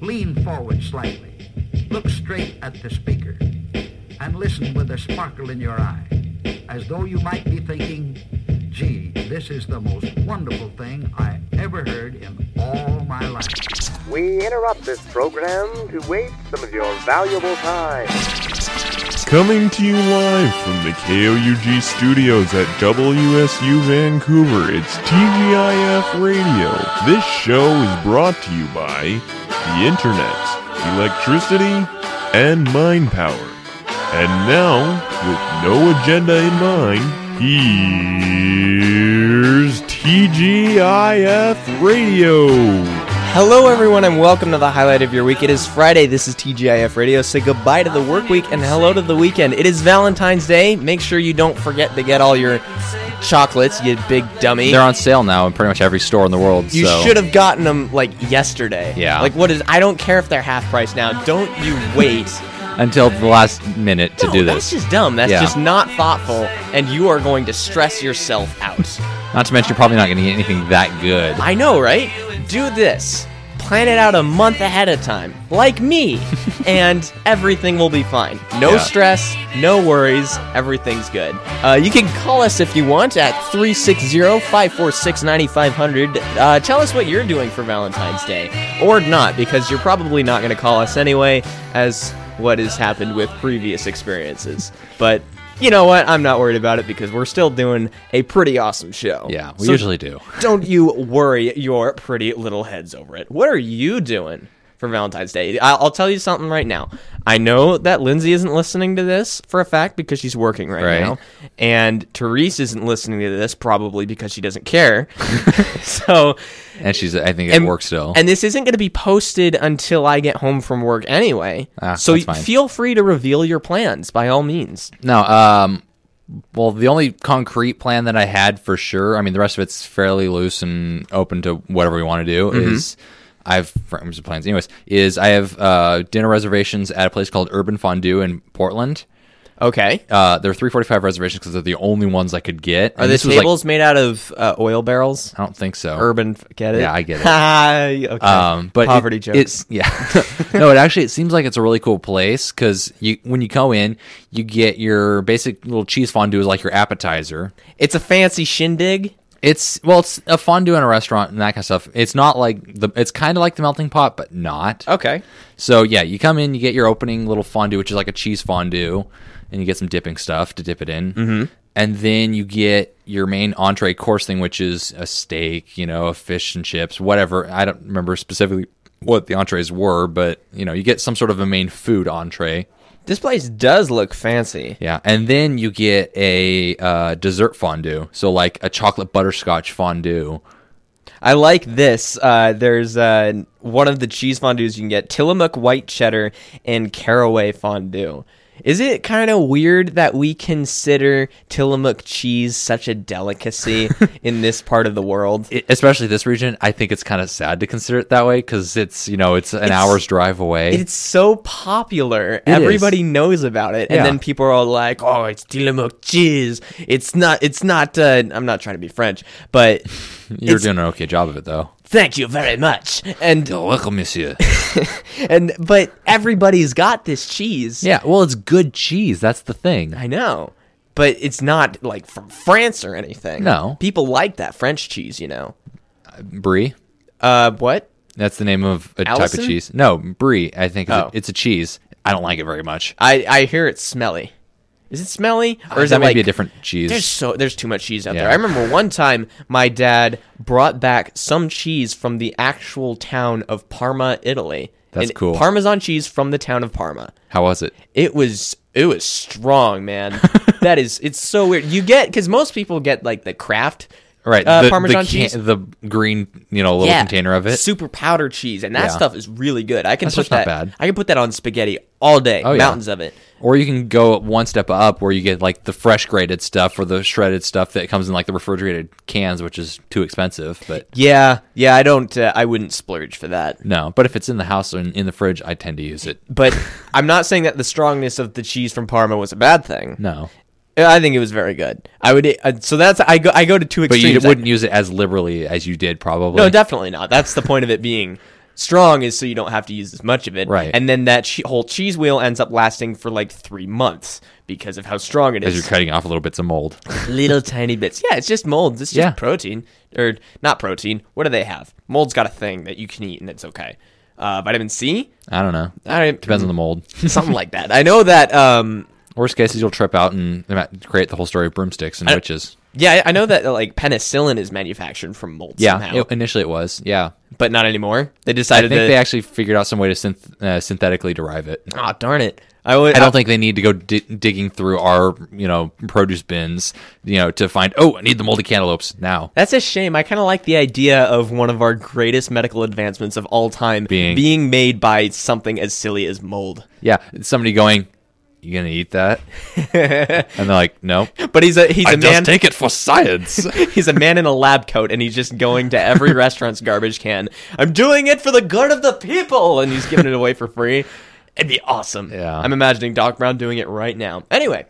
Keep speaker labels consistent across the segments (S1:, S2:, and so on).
S1: Lean forward slightly. Look straight at the speaker and listen with a sparkle in your eye, as though you might be thinking, gee, this is the most wonderful thing I ever heard in all my life.
S2: We interrupt this program to waste some of your valuable time.
S3: Coming to you live from the KOUG studios at WSU Vancouver, it's TGIF Radio. This show is brought to you by the Internet, electricity, and mind power. And now, with no agenda in mind, here's TGIF Radio.
S4: Hello, everyone, and welcome to the highlight of your week. It is Friday. This is TGIF Radio. Say goodbye to the work week and hello to the weekend. It is Valentine's Day. Make sure you don't forget to get all your chocolates, you big dummy.
S5: They're on sale now in pretty much every store in the world.
S4: you
S5: so.
S4: should have gotten them like yesterday.
S5: Yeah.
S4: Like, what is? I don't care if they're half price now. Don't you wait
S5: until the last minute to
S4: No,
S5: do
S4: That's
S5: this.
S4: just dumb. That's
S5: Yeah.
S4: just not thoughtful, and you are going to stress yourself out.
S5: Not to mention, you're probably not going to get anything that good.
S4: I know, right? Do this. Plan it out a month ahead of time, like me, and everything will be fine. No
S5: Yeah.
S4: stress, no worries, everything's good. Uh, you can call us if you want at 360 546 9500. Uh, Tell us what you're doing for Valentine's Day, or not, because you're probably not going to call us anyway, as what has happened with previous experiences. But you know what? I'm not worried about it because we're still doing a pretty awesome show.
S5: yeah, we
S4: So
S5: usually do.
S4: don't you worry your pretty little heads over it. What are you doing for Valentine's Day? I'll, I'll tell you something right now. I know that Lindsay isn't listening to this for a fact because she's working right,
S5: Right.
S4: now, and Therese isn't listening to this probably because she doesn't care. so,
S5: And she's, I think, it works still.
S4: and this isn't going to be posted until I get home from work anyway.
S5: Ah,
S4: so
S5: that's fine.
S4: feel free to reveal your plans by all means.
S5: no, um, well, the only concrete plan that I had for sure, I mean, the rest of it's fairly loose and open to whatever we want to do, is I have frames of plans. Anyways, is I have uh, dinner reservations at a place called Urban Fondue in Portland.
S4: Okay.
S5: Uh, there are 345 reservations because they're the only ones I could get.
S4: Are
S5: And
S4: the
S5: this was, like-
S4: tables made out of uh, oil barrels?
S5: I don't think so.
S4: urban. Oh. Get it?
S5: Yeah, I get it.
S4: it. okay.
S5: Um, but it-
S4: poverty jokes.
S5: It's yeah. no, it actually it seems like it's a really cool place because you when you go in, you get your basic little cheese fondue is like your appetizer.
S4: It's a fancy shindig.
S5: It's well, it's a fondue in a restaurant and that kind of stuff. It's not like the. It's kind of like the melting pot, but not.
S4: Okay.
S5: So yeah, you come in, you get your opening little fondue, which is like a cheese fondue, and you get some dipping stuff to dip it in, mm-hmm. and then you get your main entree course thing, which is a steak, you know, fish and chips, whatever. I don't remember specifically what the entrees were, but you know, you get some sort of a main food entree.
S4: This place does look fancy.
S5: Yeah, and then you get a uh, dessert fondue, so like a chocolate butterscotch fondue.
S4: I like this. Uh, there's uh, one of the cheese fondues you can get: Tillamook white cheddar and caraway fondue. Is it kind of weird that we consider Tillamook cheese such a delicacy in this part of the world?
S5: It, especially this region, I think it's kind of sad to consider it that way because it's you know it's an hour's drive away.
S4: It's so popular.
S5: is.
S4: Everybody knows about it, and
S5: Yeah.
S4: then people are all like, "Oh, it's Tillamook cheese." It's not. It's not. Uh, I'm not trying to be French, but
S5: You're
S4: it's-
S5: doing an okay job of it though.
S4: thank you very much. And
S5: welcome, monsieur.
S4: and but everybody's got this cheese.
S5: yeah, well, it's good cheese. That's the thing.
S4: I know, but it's not like from France or anything.
S5: No.
S4: people like that French cheese. You know.
S5: Brie.
S4: Uh, what?
S5: That's the name of a type
S4: Allison?
S5: of cheese. No, brie. I think is a-
S4: Oh.
S5: it's a cheese. I don't like it very much.
S4: I I hear it's smelly. Is it smelly or is
S5: Uh, that
S4: it
S5: may
S4: like
S5: be a different cheese?
S4: There's so there's too much cheese out there.
S5: Yeah.
S4: I remember one time my dad brought back some cheese from the actual town of Parma, Italy.
S5: That's cool.
S4: Parmesan cheese from the town of Parma.
S5: How was it?
S4: It was it was strong, man. that is it's so weird. You get because most people get like the craft
S5: Right.
S4: uh,
S5: the, the
S4: Parmesan
S5: can-
S4: cheese.
S5: The green, you know, little container of it.
S4: super powder cheese, and that
S5: Yeah.
S4: stuff is really good. I can
S5: That
S4: put that.
S5: stuff's not bad. Oh,
S4: I can put that on spaghetti all day.
S5: yeah.
S4: mountains of it.
S5: Or you can go one step up where you get like the fresh grated stuff or the shredded stuff that comes in like the refrigerated cans, which is too expensive. But
S4: Yeah, yeah. I don't. Uh, I wouldn't splurge for that.
S5: no, but if it's in the house or in, in the fridge, I tend to use it.
S4: But I'm not saying that the strongness of the cheese from Parma was a bad thing.
S5: No,
S4: I think it was very good. I would uh, so that's I go I go to two
S5: but
S4: extremes.
S5: you wouldn't use it as liberally as you did probably.
S4: no, definitely not. That's the point of it being Strong is so you don't have to use as much of it.
S5: Right.
S4: And then that che- whole cheese wheel ends up lasting for like three months because of how strong it
S5: as
S4: is.
S5: you're cutting off little bits of mold.
S4: little tiny bits. Yeah, it's just molds. It's just
S5: Yeah.
S4: protein or not protein. What do they have? Mold's got a thing that you can eat and it's okay. Uh, vitamin C.
S5: I don't know.
S4: All right,
S5: Depends on the mold.
S4: something like that. I know that. Um,
S5: Worst case is you'll trip out and they might create the whole story of broomsticks and
S4: I-
S5: witches.
S4: yeah, I I know that uh, like penicillin is manufactured from mold
S5: Yeah,
S4: somehow,
S5: it- initially it was. Yeah,
S4: but not anymore. They
S5: I
S4: decided
S5: think
S4: to.
S5: they actually figured out some way to synth- uh, synthetically derive it.
S4: oh darn it! I, would,
S5: I don't think they need to go di- digging through our, you know, produce bins, you know, to find. Oh, I need the moldy cantaloupes now.
S4: That's a shame. I kind of like the idea of one of our greatest medical advancements of all time
S5: Being-
S4: made by something as silly as mold.
S5: Yeah, somebody going, "You gonna eat that?" and they're like, "No,
S4: But he's a he's a
S5: I
S4: man.
S5: just take it for science."
S4: He's a man in a lab coat and he's just going to every restaurant's garbage can. I'm doing it for the good of the people and he's giving it away for free. It'd be awesome.
S5: Yeah.
S4: I'm imagining Doc Brown doing it right now. Anyway,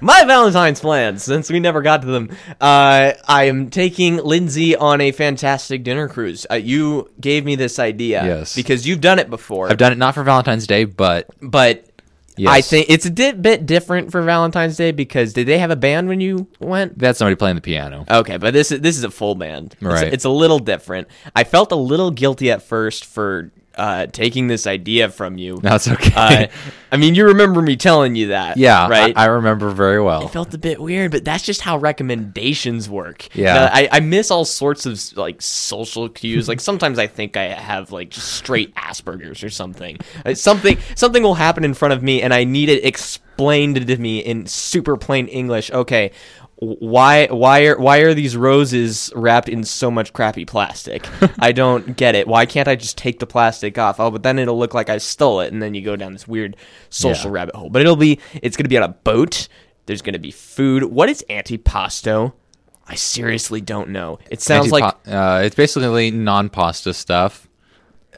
S4: my Valentine's plans, since we never got to them. Uh, I am taking Lindsay on a fantastic dinner cruise. Uh, you gave me this idea.
S5: Yes.
S4: Because you've done it before.
S5: I've done it not for Valentine's Day, but
S4: but
S5: Yes.
S4: I think it's a di- bit different for Valentine's Day because did they have a band when you went?
S5: that's somebody playing the piano.
S4: Okay, but this is this is a full band. It's-
S5: Right.
S4: It's, a little different. I felt a little guilty at first for uh, taking this idea from you.
S5: No, it's okay.
S4: uh, I mean, you remember me telling you that.
S5: yeah,
S4: Right.
S5: I, I remember very
S4: it
S5: well.
S4: felt a bit weird, but that's just how recommendations work.
S5: Yeah.
S4: Now, I, I miss all sorts of like social cues. like sometimes I think I have like just straight Asperger's or something. Uh, Something something will happen in front of me, and I need it explained to me in super plain English. Okay, why why are why are these roses wrapped in so much crappy plastic? I don't get it. Why can't I just take the plastic off? Oh, but then it'll look like I stole it, and then you go down this weird social
S5: Yeah.
S4: rabbit hole. But it'll be it's gonna be on a boat. There's gonna be food. What is antipasto? I seriously don't know. It sounds like
S5: Antipa- uh, it's basically non-pasta stuff.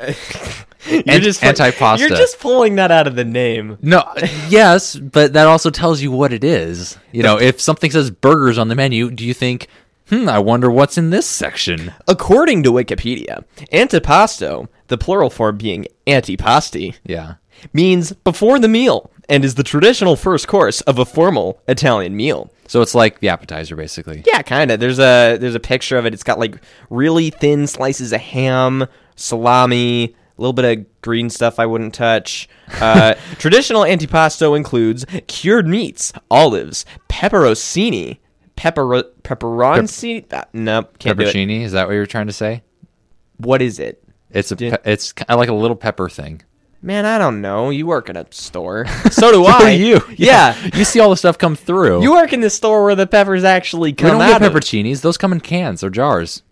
S4: you're just
S5: antipasta.
S4: You're just pulling that out of the name.
S5: No, uh, yes, but that also tells you what it is. You know, if something says burgers on the menu, do you think, "Hmm, I wonder what's in this section?"
S4: According to Wikipedia, antipasto, the plural form being antipasti,
S5: Yeah.
S4: means before the meal and is the traditional first course of a formal Italian meal.
S5: So it's like the appetizer, basically.
S4: Yeah, kind of. There's a there's a picture of it. It's got like really thin slices of ham, salami, a little bit of green stuff I wouldn't touch. Uh, traditional antipasto includes cured meats, olives, pepperoncini, pepper pepperoncini. uh, no, can't do it.
S5: Peppercini, is that what you were trying to say?
S4: What is it?
S5: It's a pe- it's kind of like a little pepper thing.
S4: Man, I don't know. You work at a store. So do I. Yeah.
S5: you see all the stuff come through.
S4: You work in the store where the peppers actually
S5: we
S4: come
S5: don't
S4: out
S5: get
S4: of.
S5: pepperoncinis; those come in cans or jars.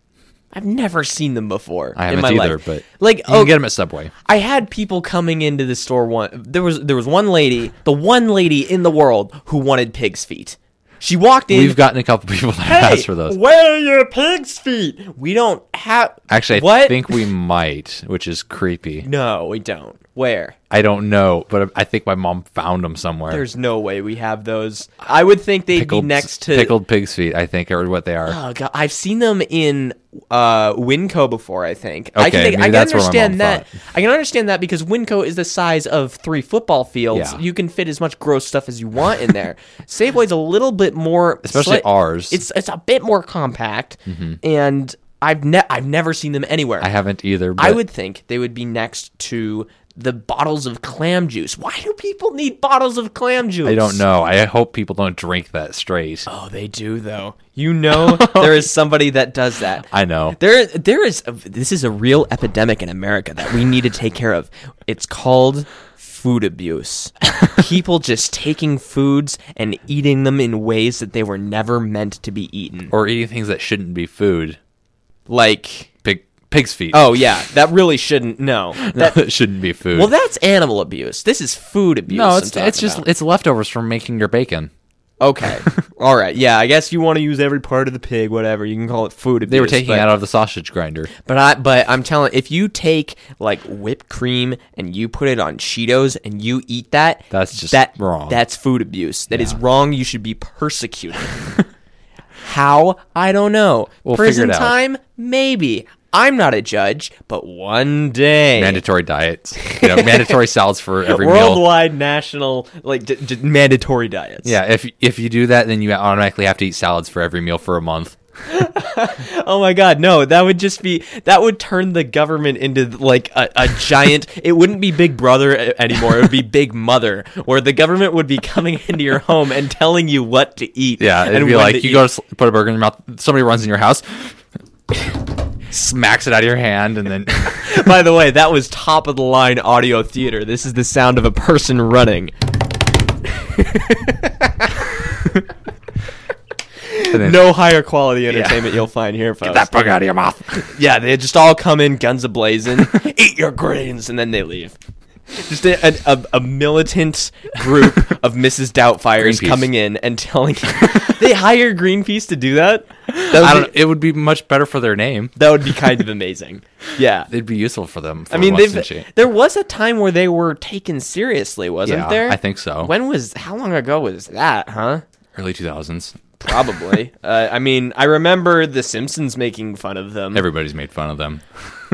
S4: I've never seen them before.
S5: I
S4: in
S5: haven't
S4: my
S5: either,
S4: life.
S5: but
S4: like,
S5: you
S4: oh,
S5: can get them at Subway.
S4: I had people coming into the store. One there was there was one lady, the one lady in the world who wanted pig's feet. She walked in.
S5: We've gotten a couple people that
S4: hey,
S5: asked for those.
S4: Where are your pig's feet? We don't have.
S5: Actually, I
S4: what?
S5: think we might, which is creepy.
S4: no, we don't. Where?
S5: I don't know, but I think my mom found them somewhere.
S4: There's no way we have those. I would think they'd be next to
S5: pickled pig's feet, I think, are what they are.
S4: Oh god, I've seen them in uh, Winco before. I think. I
S5: Okay,
S4: can, think, I
S5: maybe
S4: can
S5: that's where my mom
S4: understand that.
S5: thought.
S4: I can understand that because Winco is the size of three football fields.
S5: Yeah.
S4: You can fit as much gross stuff as you want in there. Safeway's a little bit more,
S5: Especially
S4: sli-
S5: ours. Mm-hmm.
S4: It's it's a bit more compact, and I've ne- I've never seen them anywhere.
S5: I haven't either. But
S4: I would think they would be next to the bottles of clam juice. Why do people need bottles of clam juice?
S5: I don't know. I hope people don't drink that straight.
S4: Oh, they do though. You know, there is somebody that does that.
S5: I know.
S4: There, there is. A, this is a real epidemic in America that we need to take care of. It's called food abuse. People just taking foods and eating them in ways that they were never meant to be eaten.
S5: Or eating things that shouldn't be food.
S4: Like,
S5: Pig pig's feet.
S4: oh yeah, that really shouldn't. No, that,
S5: that shouldn't be food.
S4: well, that's animal abuse. This is food abuse.
S5: no,
S4: I'm
S5: it's
S4: talking
S5: it's just
S4: about.
S5: it's leftovers from making your bacon.
S4: okay. All right, yeah. I guess you want to use every part of the pig, whatever. You can call it food abuse.
S5: They were taking
S4: but-
S5: it out of the sausage grinder.
S4: But I, but I'm telling, if you take like whipped cream and you put it on Cheetos and you eat that,
S5: That's just
S4: that,
S5: wrong.
S4: That's food abuse. That is wrong. You should be persecuted. How? I don't know.
S5: We'll figure
S4: Prison
S5: it out.
S4: time? Maybe. I'm not a judge, but one day.
S5: Mandatory diets, you know, mandatory salads for every meal.
S4: Worldwide national, like d- d- mandatory diets.
S5: Yeah, if if you do that, then you automatically have to eat salads for every meal for a month.
S4: Oh my god, no, that would just be that would turn the government into like a, a giant it wouldn't be Big Brother a- anymore, it would be Big Mother, where the government would be coming into your home and telling you what to eat.
S5: Yeah, it'd
S4: and
S5: be
S4: when
S5: like
S4: to
S5: you
S4: eat.
S5: go to sl- put a burger in your mouth. Somebody runs in your house, smacks it out of your hand, and then
S4: By the way, that was top of the line audio theater. This is the sound of a person running.
S5: and then
S4: No higher quality entertainment you'll find here, folks.
S5: that burger out of your mouth.
S4: Yeah, they just all come in guns ablazing, eat your grains, and then they leave. Just a, a, a, a militant group of Mrs. Doubtfires
S5: Greenpeace.
S4: coming in and telling they hire Greenpeace to do that.
S5: I
S4: That would,
S5: don't.
S4: be,
S5: It would be much better for their name.
S4: that would be kind of amazing. Yeah,
S5: It'd be useful for them. For
S4: I mean,
S5: once
S4: they've,
S5: and shit.
S4: there was a time where they were taken seriously, wasn't
S5: Yeah,
S4: there?
S5: I think so.
S4: When was how long ago was that? Huh?
S5: early two thousands.
S4: Probably. uh, I mean, I remember The Simpsons making fun of them.
S5: Everybody's made fun of them.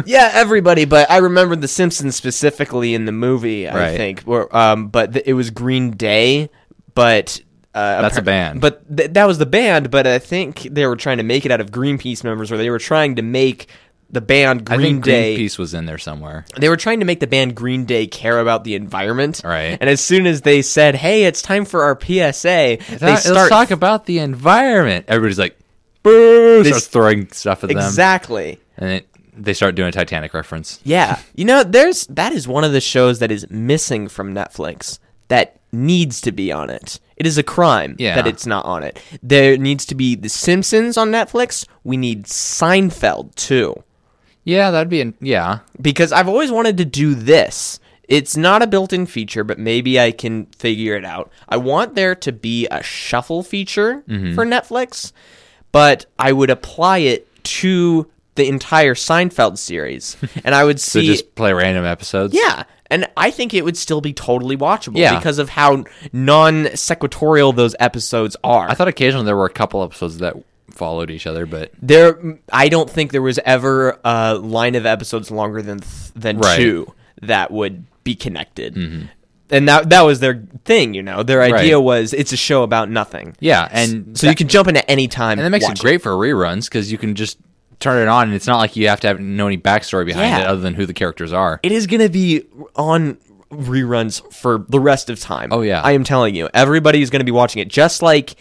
S4: yeah, everybody. But I remember The Simpsons specifically in the movie. I
S5: Right.
S4: think. Where, um, but th- it was Green Day. But uh,
S5: That's a band.
S4: But th- that was the band. But I think they were trying to make it out of Greenpeace members, or they were trying to make the band Green
S5: I think
S4: Day.
S5: Greenpeace was in there somewhere.
S4: They were trying to make the band Green Day care about the environment.
S5: Right.
S4: And as soon as they said, "Hey, it's time for our PSA," they
S5: Let's
S4: start
S5: talk about the environment. Everybody's like, boo!
S4: They
S5: Starts
S4: s-
S5: throwing stuff at them.
S4: exactly.
S5: And it, they start doing a Titanic reference.
S4: Yeah. You know, there's that is one of the shows that is missing from Netflix that needs to be on it. It is a crime
S5: Yeah.
S4: that it's not on it. There needs to be The Simpsons on Netflix. We need Seinfeld too.
S5: Yeah, that'd be, an, yeah.
S4: Because I've always wanted to do this. It's not a built in feature, but maybe I can figure it out. I want there to be a shuffle feature
S5: Mm-hmm.
S4: for Netflix, but I would apply it to the entire Seinfeld series. And I would
S5: So
S4: see
S5: just play random episodes.
S4: yeah. And I think it would still be totally watchable
S5: Yeah.
S4: because of how non sequitorial those episodes are.
S5: I thought occasionally there were a couple episodes that followed each other, but
S4: there, I don't think there was ever a line of episodes longer than th- than
S5: Right. Mm-hmm.
S4: two that would be connected. And that that was their thing, you know. Their idea
S5: Right.
S4: was it's a show about nothing.
S5: yeah. And
S4: So you can jump into any time.
S5: and that makes
S4: watch
S5: it great for reruns because you can just turn it on and it's not like you have to have, know any backstory behind
S4: Yeah.
S5: it other than who the characters are.
S4: it is going to be on reruns for the rest of time.
S5: Oh, yeah.
S4: I am telling you, everybody is going to be watching it. Just like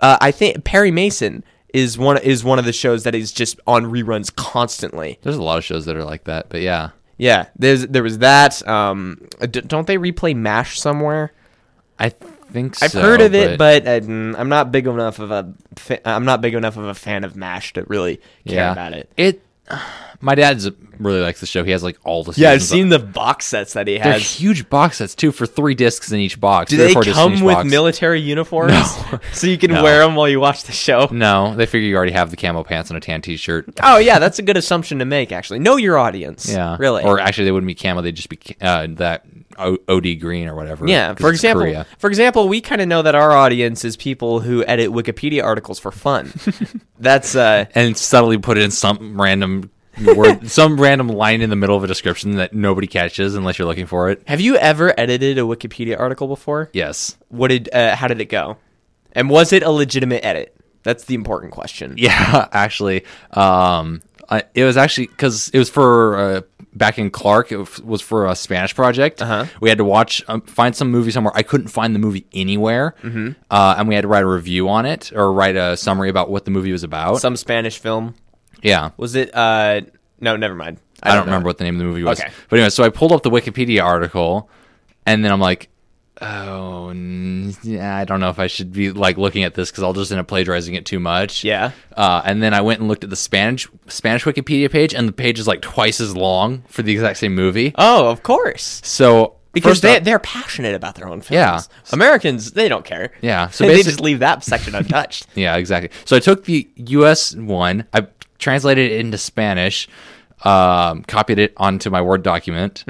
S4: uh, I think Perry Mason is one is one of the shows that is just on reruns constantly.
S5: There's a lot of shows that are like that, but yeah.
S4: Yeah, there's there was that. Um, d- don't they replay Mash somewhere?
S5: I think so.
S4: I've heard of it, but, uh, mm, I'm not big enough of a fa- I'm not big enough of a fan of Mash to really care about it.
S5: It. My dad's really likes the show. He has like all the.
S4: Yeah, I've
S5: seasons.
S4: seen the box sets that he
S5: They're
S4: has.
S5: huge box sets too, for three discs in each box.
S4: Do
S5: three or
S4: they
S5: four discs in
S4: come
S5: each
S4: with
S5: box.
S4: military uniforms?
S5: No.
S4: so you can wear 'em
S5: No.
S4: wear them while you watch the show?
S5: No, they figure you already have the camo pants and a tan T-shirt.
S4: Oh yeah, that's a good assumption to make. Actually, know your audience.
S5: Yeah,
S4: really.
S5: Or actually, they wouldn't be camo; they'd just be uh, that O- OD green or whatever.
S4: yeah.
S5: 'cause
S4: For
S5: it's
S4: example,
S5: Korea.
S4: for example, we kind of know that our audience is people who edit Wikipedia articles for fun. that's uh,
S5: and subtly put in some random word, some random line in the middle of a description that nobody catches unless you're looking for it.
S4: have you ever edited a Wikipedia article before?
S5: Yes.
S4: What did uh, how did it go? And was it a legitimate edit? That's the important question.
S5: Yeah, actually, um, I, it was actually because it was for uh, back in Clark. It was- was for a Spanish project.
S4: Uh-huh.
S5: We had to watch um, find some movie somewhere. I couldn't find the movie anywhere, mm-hmm. uh, and we had to write a review on it or write a summary about what the movie was about.
S4: Some Spanish film
S5: yeah,
S4: was it? Uh, no, never mind.
S5: I don't,
S4: know.
S5: remember what the name of the movie was.
S4: Okay.
S5: But anyway, so I pulled up the Wikipedia article, and then I'm like, oh, n- yeah, I don't know if I should be like looking at this because I'll just end up plagiarizing it too much.
S4: Yeah.
S5: Uh, and then I went and looked at the Spanish Spanish Wikipedia page, and the page is like twice as long for the exact same movie.
S4: Oh, of course.
S5: so
S4: because
S5: first
S4: they,
S5: up-
S4: they're passionate about their own films.
S5: Yeah.
S4: Americans they don't care.
S5: Yeah, so
S4: they
S5: basi-
S4: just leave that section untouched.
S5: Yeah, exactly. So I took the U.S. one, I translated it into Spanish, um, copied it onto my Word document,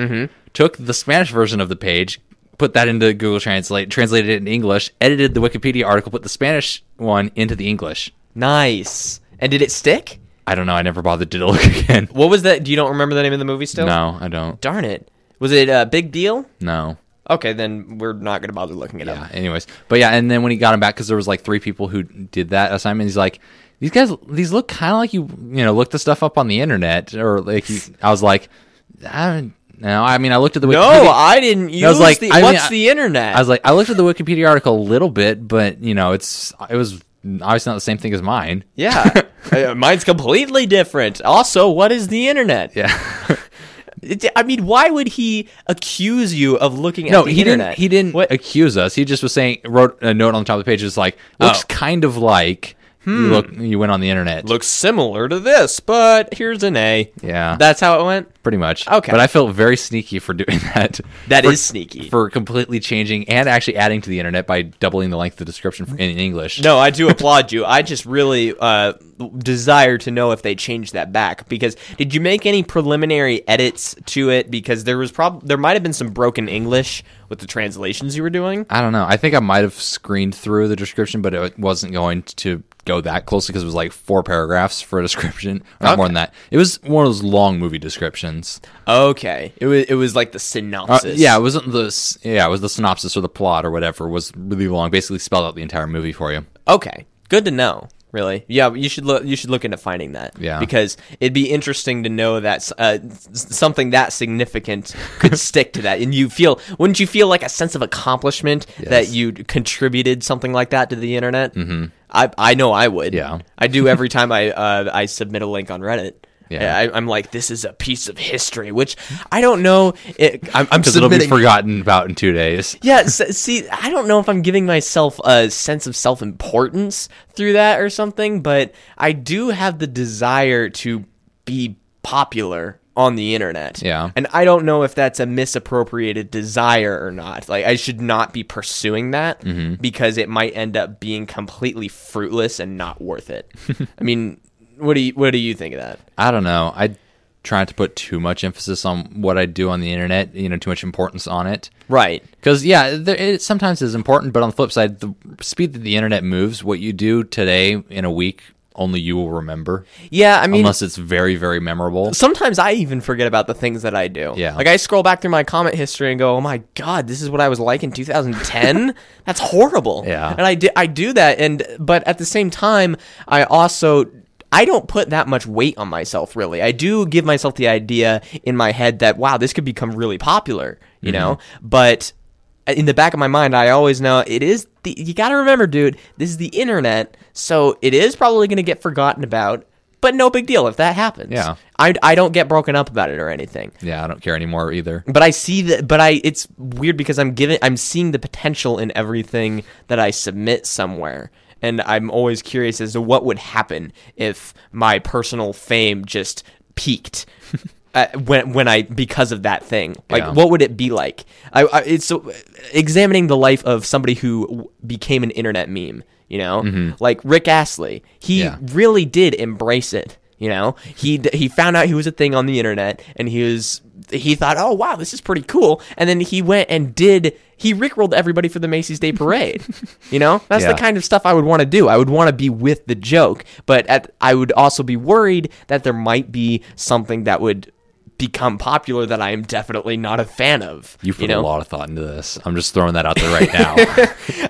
S5: took the Spanish version of the page, put that into Google Translate, translated it in English, edited the Wikipedia article, put the Spanish one into the English.
S4: nice. And did it stick?
S5: I don't know. I never bothered to look again.
S4: What was that? Do you don't remember the name of the movie still?
S5: No, I don't.
S4: Darn it. Was it a big deal?
S5: No.
S4: Okay, then we're not going to bother looking it
S5: Yeah.
S4: up.
S5: Anyways, but yeah, and then when he got him back, because there was like three people who did that assignment, he's like, "These guys, these look kind of like you, you know, look the stuff up on the internet." Or like, he, I was like, I, "No, I mean, I looked at the
S4: No, I didn't use
S5: I was like,
S4: the.
S5: I mean,
S4: what's
S5: I-
S4: the internet?
S5: I was like, I looked at the Wikipedia article a little bit, but you know, it's it was obviously not the same thing as mine.
S4: yeah, Uh, mine's completely different. Also, what is the internet?
S5: Yeah.
S4: It- I mean, why would he accuse you of looking
S5: no,
S4: at the
S5: he
S4: internet?
S5: didn't. He didn't
S4: What?
S5: accuse us. He just was saying, wrote a note on the top of the page. It's like looks
S4: Oh. Hmm.
S5: kind of like you look. You went on the internet.
S4: Looks similar to this, but here's an A.
S5: Yeah.
S4: that's how it went.
S5: pretty much.
S4: Okay.
S5: but I felt very sneaky for doing that.
S4: That
S5: That
S4: is
S5: is
S4: sneaky.
S5: for completely changing and actually adding to the internet by doubling the length of the description in English.
S4: No, I do applaud you. I just really uh, desire to know if they changed that back because did you make any preliminary edits to it? Because there was prob there might have been some broken English with the translations you were doing.
S5: I don't know. I think I might have screened through the description, but it wasn't going to go that closely because it was like four paragraphs for a description, or not more than that. It was one of those long movie descriptions.
S4: Okay, it was it was like the
S5: Uh,
S4: synopsis.
S5: yeah, it wasn't the s- yeah, it was the synopsis or the plot or whatever was really long. Basically, spelled out the entire movie for you.
S4: Okay, good to know. Really, yeah, you should look. You should look into finding that.
S5: Yeah.
S4: because it'd be interesting to know that uh, s- something that significant could stick to that, and you feel wouldn't you feel like a sense of accomplishment that you contributed something like that to the internet? Mm-hmm. I I know I would.
S5: Yeah.
S4: I do every time I uh, I submit a link on Reddit.
S5: Yeah.
S4: I, I'm like, this is a piece of history, which I don't know. It, I'm, I'm
S5: Because it'll be
S4: submitting
S5: forgotten about in two days.
S4: yeah, s see, I don't know if I'm giving myself a sense of self importance through that or something, but I do have the desire to be popular on the internet.
S5: Yeah.
S4: And I don't know if that's a misappropriated desire or not. Like, I should not be pursuing that
S5: Mm-hmm.
S4: because it might end up being completely fruitless and not worth it. I mean, what do you what do you think of that?
S5: I don't know. I try not to put too much emphasis on what I do on the internet. You know, too much importance on it.
S4: Right.
S5: Because yeah, there, it sometimes is important, but on the flip side, the speed that the internet moves, what you do today in a week, only you will remember,
S4: Yeah, I mean
S5: unless it's very, very memorable.
S4: sometimes I even forget about the things that I do.
S5: Yeah.
S4: Like I scroll back through my comment history and go, "Oh my god, this is what I was like in 2010." That's horrible.
S5: Yeah.
S4: And I do, I do that and but at the same time, I also I don't put that much weight on myself really. I do give myself the idea in my head that wow, this could become really popular, you know? But uh, in the back of my mind, I always know it is the you got to remember, dude, this is the internet, so it is probably going to get forgotten about. But no big deal if that happens.
S5: Yeah.
S4: I, I don't get broken up about it or anything.
S5: yeah, I don't care anymore either.
S4: But I see that. But I it's weird because I'm given I'm seeing the potential in everything that I submit somewhere, and I'm always curious as to what would happen if my personal fame just peaked. Uh, when when I because of that thing, like
S5: Yeah.
S4: what would it be like? I, I it's so, examining the life of somebody who w- became an internet meme. You know, like Rick Astley, he
S5: Mm-hmm. Yeah.
S4: really did embrace it. You know, he d- he found out he was a thing on the internet, and he was he thought, oh wow, this is pretty cool. And then he went and did he rickrolled everybody for the Macy's Day Parade. you know, that's the
S5: Yeah.
S4: kind of stuff I would want to do. I would want to be with the joke, but at, I would also be worried that there might be something that would become popular that I am definitely not a fan of.
S5: You put
S4: know?
S5: a lot of thought into this. I'm just throwing that out there right now.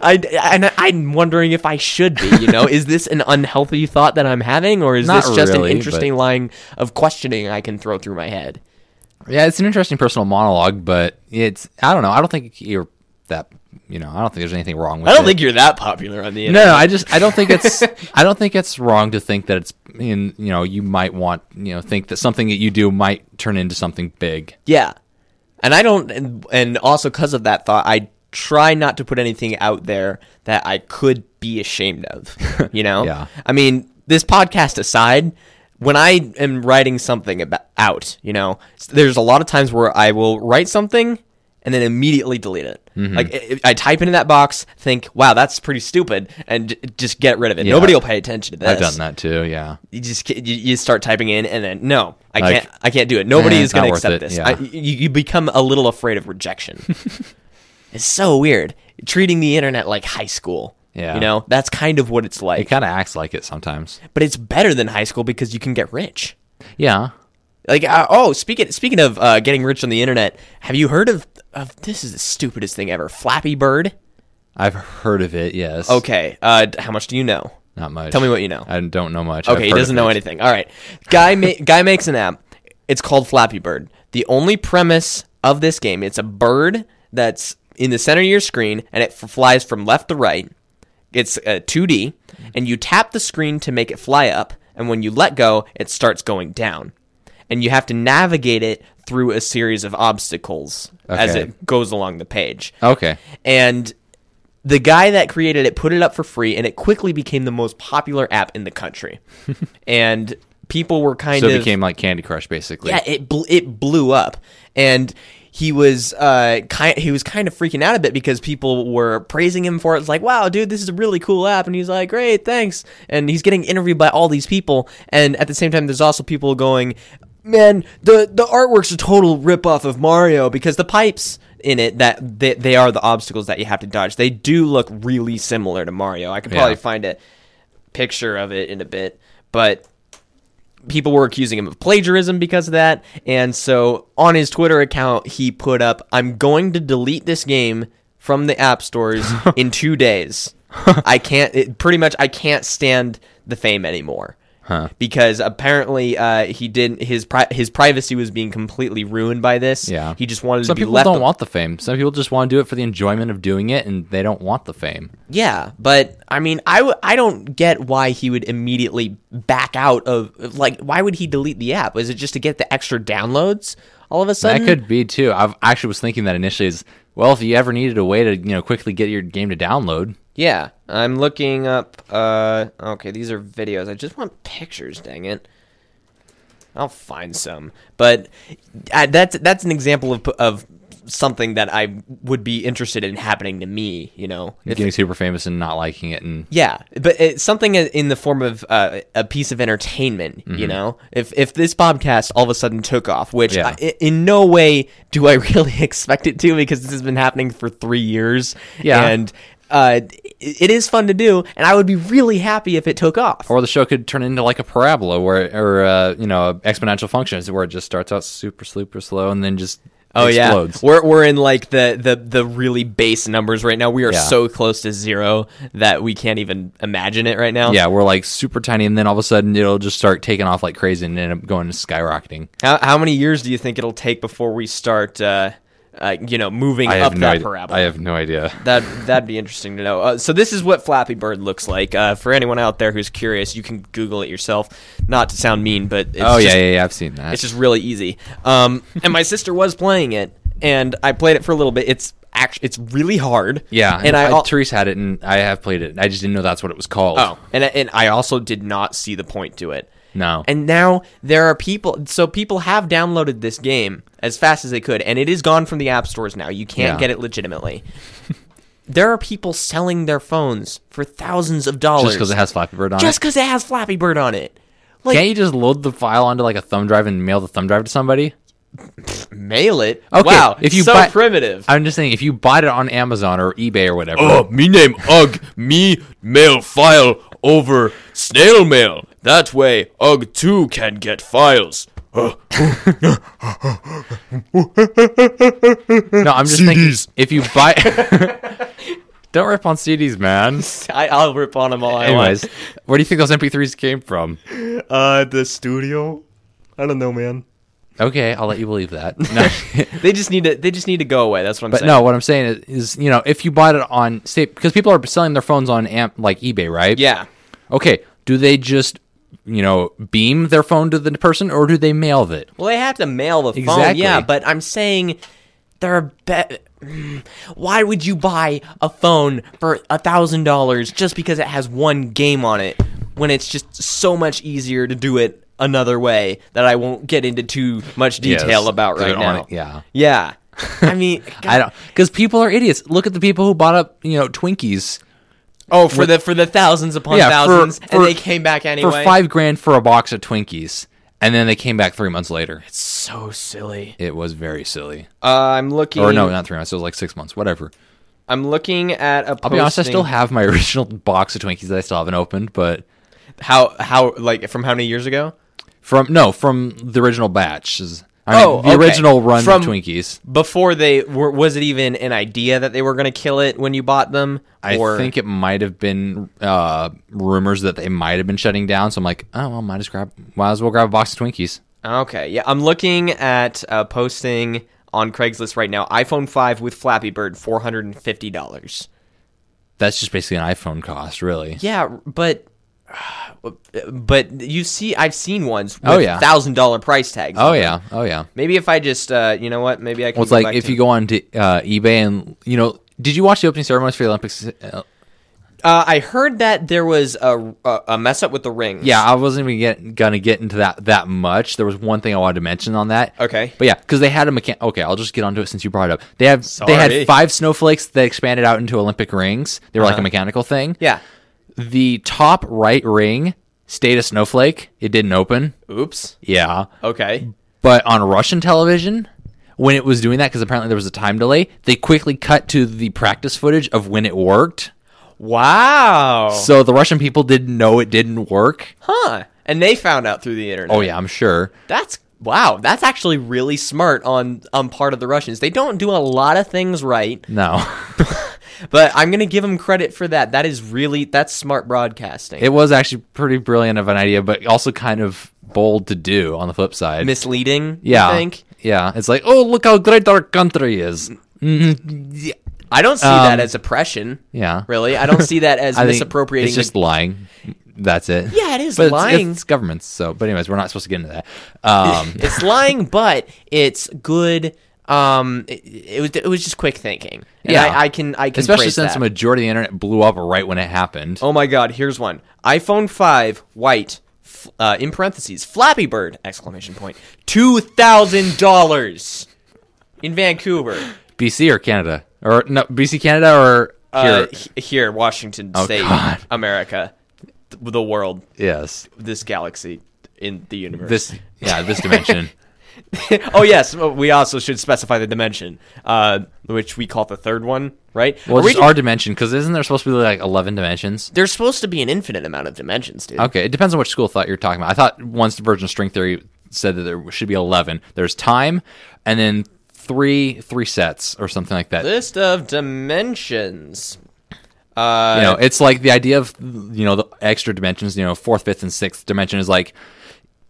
S4: I, and I, am wondering if I should be. You know, is this an unhealthy thought that I'm having, or is
S5: Not
S4: this just an
S5: really, but-
S4: interesting line of questioning I can throw through my head?
S5: yeah, it's an interesting personal monologue, but it's I don't know. I don't think you're that. You know, I don't think there's anything wrong with.
S4: I don't
S5: it.
S4: think you're that popular on the internet.
S5: No, no, I just I don't think it's I don't think it's wrong to think that it's in you know you might want you know think that something that you do might turn into something big.
S4: Yeah. And I don't, and, and also because of that thought, I try not to put anything out there that I could be ashamed of. You know?
S5: Yeah.
S4: I mean, this podcast aside, when I am writing something about, out, you know, s- there's a lot of times where I will write something and then immediately delete it.
S5: Mm-hmm.
S4: Like, i- i- I type into that box, think, wow, that's pretty stupid, and j- just get rid of it.
S5: Yeah.
S4: Nobody will pay attention to this
S5: I've done that too. Yeah.
S4: you just ca- you, you start typing in and then no i
S5: Like,
S4: can't i can't do it nobody
S5: eh,
S4: is
S5: it's not
S4: going to
S5: worth
S4: accept
S5: it,
S4: this
S5: yeah.
S4: I, you, you become a little afraid of rejection it's so weird treating the internet like high school
S5: Yeah.
S4: You know, that's kind of what it's
S5: It
S4: like.
S5: kind of acts like it sometimes.
S4: but it's better than high school because you can get rich.
S5: Yeah.
S4: Like uh, oh, speaking speaking of uh, getting rich on the internet, have you heard of, of this is the stupidest thing ever, Flappy Bird?
S5: I've heard of it, yes.
S4: Okay, uh, d- how much do you know?
S5: Not much.
S4: Tell me what you know.
S5: I don't know much.
S4: Okay, he doesn't know anything.
S5: anything.
S4: All right, guy ma- guy makes an app. It's called Flappy Bird. The only premise of this game, it's a bird that's in the center of your screen and it f- flies from left to right. It's uh, 2D, and you tap the screen to make it fly up, and when you let go, it starts going down, and you have to navigate it through a series of obstacles as
S5: Okay. Oh,
S4: it goes along the page.
S5: Okay.
S4: And the guy that created it put it up for free, and it quickly became the most popular app in the country. and people were kind
S5: So
S4: of
S5: it became like Candy Crush, basically.
S4: yeah, it bl- it blew up, and he was uh kind he was kind of freaking out a bit because people were praising him for it. It's like, wow, dude, this is a really cool app, and he's like, great, thanks. And he's getting interviewed by all these people, and at the same time, there's also people going, man, the the artwork's a total rip off of Mario because the pipes in it that they, they are the obstacles that you have to dodge. They do look really similar to Mario. I could probably
S5: Yeah.
S4: find a picture of it in a bit, but people were accusing him of plagiarism because of that. And so on his Twitter account, he put up, I'm going to delete this game from the app stores in two days. I can't, it, pretty much, I can't stand the fame anymore. Because apparently uh, he didn't his pri- his privacy was being completely ruined by this.
S5: Yeah.
S4: he just wanted
S5: Some
S4: to be
S5: people
S4: left
S5: don't want the fame. Some people just want to do it for the enjoyment of doing it, and they don't want the fame.
S4: Yeah, but I mean, I w- I don't get why he would immediately back out of like why would he delete the app? Was it just to get the extra downloads all of a
S5: That
S4: sudden?
S5: could be too. I actually was thinking that initially is well, if you ever needed a way to you know quickly get your game to download,
S4: Yeah, I'm looking up. Uh, okay, these are videos. I just want pictures. Dang it. I'll find some, but uh, that's that's an example of of something that I would be interested in happening to me. You know, if
S5: getting super famous and not liking it, and
S4: Yeah, but it's something in the form of uh, a piece of entertainment,
S5: Mm-hmm.
S4: you know. If if this podcast all of a sudden took off, which
S5: Yeah.
S4: I, in no way do I really expect it to, because this has been happening for three years,
S5: Yeah.
S4: and uh, it- it is fun to do, and I would be really happy if it took off.
S5: or the show could turn into like a parabola where or uh, you know exponential functions where it just starts out super super slow and then just
S4: Oh
S5: explodes.
S4: yeah, we're we're in like the the the really base numbers right now. We are
S5: Yeah.
S4: so close to zero that we can't even imagine it right now.
S5: yeah, we're like super tiny, and then all of a sudden it'll just start taking off like crazy and end up going skyrocketing.
S4: How, how many years do you think it'll take before we start, uh, uh, you know, moving
S5: I
S4: up
S5: have no
S4: that
S5: idea.
S4: parabola?
S5: I have no idea.
S4: That that'd be interesting to know. Uh, so this is what Flappy Bird looks like. Uh, for anyone out there who's curious, you can Google it yourself. Not to sound mean, but it's
S5: oh
S4: just,
S5: yeah, yeah, yeah, I've seen that.
S4: it's just really easy. Um, and my sister was playing it, and I played it for a little bit. It's actually it's really hard.
S5: yeah,
S4: and I, al-
S5: Therese had it, and I have played it. I just didn't know that's what it was called.
S4: Oh, and I- and I also did not see the point to it.
S5: No.
S4: And now there are people. So people have downloaded this game as fast as they could, and it is gone from the app stores now. You can't
S5: Yeah.
S4: get it legitimately. there are people selling their phones for thousands of dollars
S5: just because it has Flappy Bird on it.
S4: just 'cause it has Flappy Bird on it. Like
S5: Can't you just load the file onto like a thumb drive and mail the thumb drive to somebody?
S4: mail it.
S5: Okay,
S4: wow,
S5: if you
S4: so
S5: buy-
S4: primitive.
S5: I'm just saying, if you bought it on Amazon or eBay or whatever,
S6: Oh, me name Ugg. Me mail file over snail mail. That way, Ugg too can get files.
S5: no, I'm just
S6: CDs.
S5: thinking if you buy. Don't rip on CDs, man.
S4: I, I'll rip on them all I want.
S5: Anyways, where do you think those MP3s came from?
S6: Uh, the studio? I don't know, man.
S5: Okay, I'll let you believe that. No,
S4: They just need to. They just need to go away. That's what I'm
S5: but
S4: saying.
S5: no, what I'm saying is, is you know, if you bought it on say because people are selling their phones on Am- like eBay, right?
S4: Yeah.
S5: Okay, do they just you know beam their phone to the person or do they mail it?
S4: Well, they have to mail the phone,
S5: Exactly.
S4: yeah. But I'm saying there are be- Mm, Why would you buy a phone for a thousand dollars just because it has one game on it when it's just so much easier to do it another way that I won't get into too much detail
S5: Yes,
S4: about
S5: do
S4: right
S5: it on
S4: now.
S5: it, yeah.
S4: yeah. I mean,
S5: I don't because people are idiots. Look at the people who bought up you know Twinkies
S4: Oh, for the for the thousands upon
S5: Yeah, for-
S4: thousands, and
S5: for-
S4: they came back anyway.
S5: for five grand for a box of Twinkies, and then they came back three months later.
S4: So silly.
S5: It was very silly.
S4: Uh, I'm looking.
S5: Or no, not three months. It was like six months, whatever.
S4: I'm looking at a. Posting
S5: I'll be honest, I still have my original box of Twinkies that I still haven't opened, but
S4: how how like from how many years ago?
S5: from no, from the original batch. is- I mean,
S4: Oh,
S5: the
S4: okay.
S5: original run
S4: From-
S5: of Twinkies.
S4: Before they were, was it even an idea that they were going to kill it when you bought them?
S5: I
S4: Or-
S5: think it might have been uh, rumors that they might have been shutting down. So I'm like, oh, well, might as grab, might as well grab a box of Twinkies.
S4: Okay, yeah, I'm looking at a posting on Craigslist right now. iPhone 5 with Flappy Bird, four hundred and fifty dollars.
S5: That's just basically an iPhone cost, really.
S4: Yeah, but but you see, I've seen ones. With
S5: Oh, yeah.
S4: thousand dollar price tags.
S5: Oh
S4: on them.
S5: yeah, oh yeah.
S4: Maybe if I just, uh, you know what? Maybe I can.
S5: Well, it's
S4: go
S5: like
S4: back
S5: if
S4: to-
S5: you go on to, uh, eBay and you know, did you watch the opening ceremonies for the Olympics? Uh,
S4: Uh, I heard that there was a, a a mess up with the rings.
S5: yeah, I wasn't even get, gonna get into that that much. There was one thing I wanted to mention on that.
S4: Okay.
S5: but yeah, because they had a mechan. Okay, I'll just get onto it since you brought it up. They have they
S4: Sorry. Uh-huh.
S5: had five snowflakes that expanded out into Olympic rings. They were like a mechanical thing.
S4: Yeah.
S5: the top right ring stayed a snowflake. It didn't open.
S4: Oops.
S5: Yeah.
S4: Okay.
S5: But on Russian television, when it was doing that, because apparently there was a time delay, they quickly cut to the practice footage of when it worked.
S4: Wow.
S5: So the Russian people didn't know it didn't work.
S4: huh. And they found out through the internet.
S5: Oh, yeah, I'm sure.
S4: That's wow. That's actually really smart on on part of the Russians. They don't do a lot of things right,
S5: No.
S4: but I'm gonna give them credit for that. That is really that's smart broadcasting.
S5: it was actually pretty brilliant of an idea, but also kind of bold to do on the flip side.
S4: Misleading.
S5: yeah.
S4: You think
S5: Yeah. It's like, oh, look how great our country is.
S4: I don't see
S5: Um,
S4: that as oppression.
S5: Yeah.
S4: Really, I don't see that as
S5: I think
S4: misappropriating.
S5: It's just
S4: the-
S5: lying. That's it.
S4: Yeah, it is
S5: But it's-
S4: lying.
S5: It's, governments. So, but anyways, we're not supposed to get into that. Um,
S4: it's lying, but it's good. Um, it, it was it was just quick thinking. And
S5: Yeah.
S4: I, I can I can
S5: especially
S4: praise
S5: since
S4: that.
S5: the majority of the internet blew up right when it happened.
S4: Oh my God! Here's one: iPhone five white, f- uh, in parentheses, Flappy Bird exclamation point, two thousand dollars in Vancouver,
S5: BC or Canada or no BC Canada or
S4: uh,
S5: here.
S4: h- here, Washington
S5: Oh,
S4: State,
S5: God.
S4: America, th- the world,
S5: yes,
S4: this galaxy, in the universe.
S5: this yeah this dimension.
S4: oh yes, we also should specify the dimension, uh, which we call the third one, right?
S5: Well,
S4: Are we
S5: just
S4: d-
S5: our dimension because isn't there supposed to be like eleven dimensions?
S4: there's supposed to be an infinite amount of dimensions, dude.
S5: Okay, it depends on which school of thought you're talking about. I thought once version of string theory said that there should be eleven. There's time, and then three three sets or something like that.
S4: List of dimensions. Uh,
S5: you know it's like the idea of you know the extra dimensions you know fourth fifth and sixth dimension is like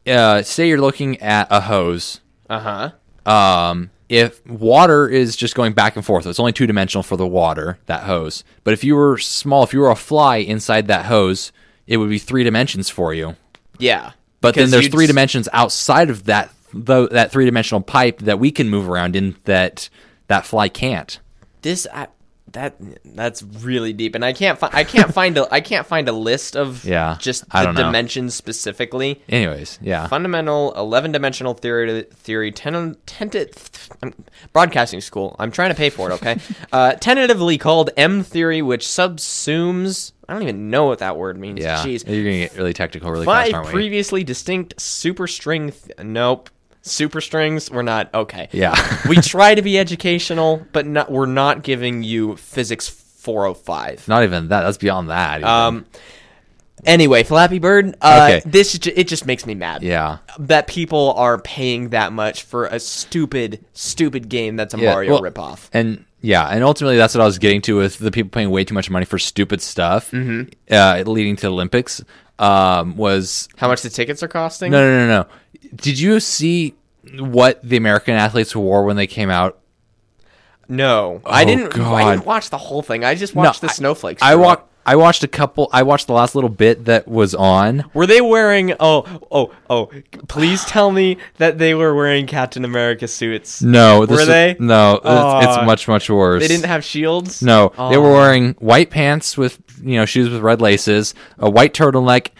S5: uh say you're looking at a hose
S4: uh huh.
S5: um if water is just going back and forth it's only two dimensional for the water that hose but if you were small if you were a fly inside that hose it would be three dimensions for you
S4: Yeah.
S5: but then
S4: Because
S5: there's
S4: you'd
S5: three
S4: s-
S5: dimensions outside of that though that three dimensional pipe that we can move around in that that fly can't
S4: This I, that that's really deep, and I can't find I can't find a I can't find a list of
S5: Yeah,
S4: just
S5: I
S4: the
S5: don't know.
S4: dimensions specifically.
S5: anyways yeah
S4: Fundamental eleven dimensional theory theory ten, tentative broadcasting school. I'm trying to pay for it, okay? uh, tentatively called M theory, which subsumes I don't even know what that word means.
S5: yeah
S4: Jeez.
S5: you're gonna get really technical really fast
S4: Five
S5: aren't we
S4: previously distinct superstring. Th- nope, superstrings. We're not okay.
S5: yeah
S4: we try to be educational, but not, we're not giving you physics 405.
S5: Not even that. That's beyond that. even.
S4: Um, anyway, Flappy Bird. Uh,
S5: Okay.
S4: This ju- it just makes me mad.
S5: yeah.
S4: That people are paying that much for a stupid, stupid game that's a
S5: Yeah,
S4: Mario
S5: well,
S4: ripoff.
S5: And yeah, and ultimately that's what I was getting to with the people paying way too much money for stupid stuff, mm-hmm. uh, leading to Olympics. Um, was
S4: How much the tickets are costing?
S5: no, no, no, no. Did you see what the American athletes wore when they came out?
S4: No. I
S5: Oh,
S4: didn't. I
S5: God.
S4: didn't watch the whole thing. I just watched
S5: no,
S4: the snowflakes.
S5: I, I
S4: throw
S5: wa-
S4: up.
S5: I watched a couple. I watched the last little bit that was on.
S4: Were they wearing? Oh, oh, oh! Please tell me that they were wearing Captain America suits.
S5: No, this
S4: Were
S5: is-
S4: they?
S5: No, it's, it's
S4: Aw.
S5: much much worse.
S4: They didn't have shields.
S5: No, they were
S4: Aw.
S5: wearing white pants with you know shoes with red laces, a white turtleneck,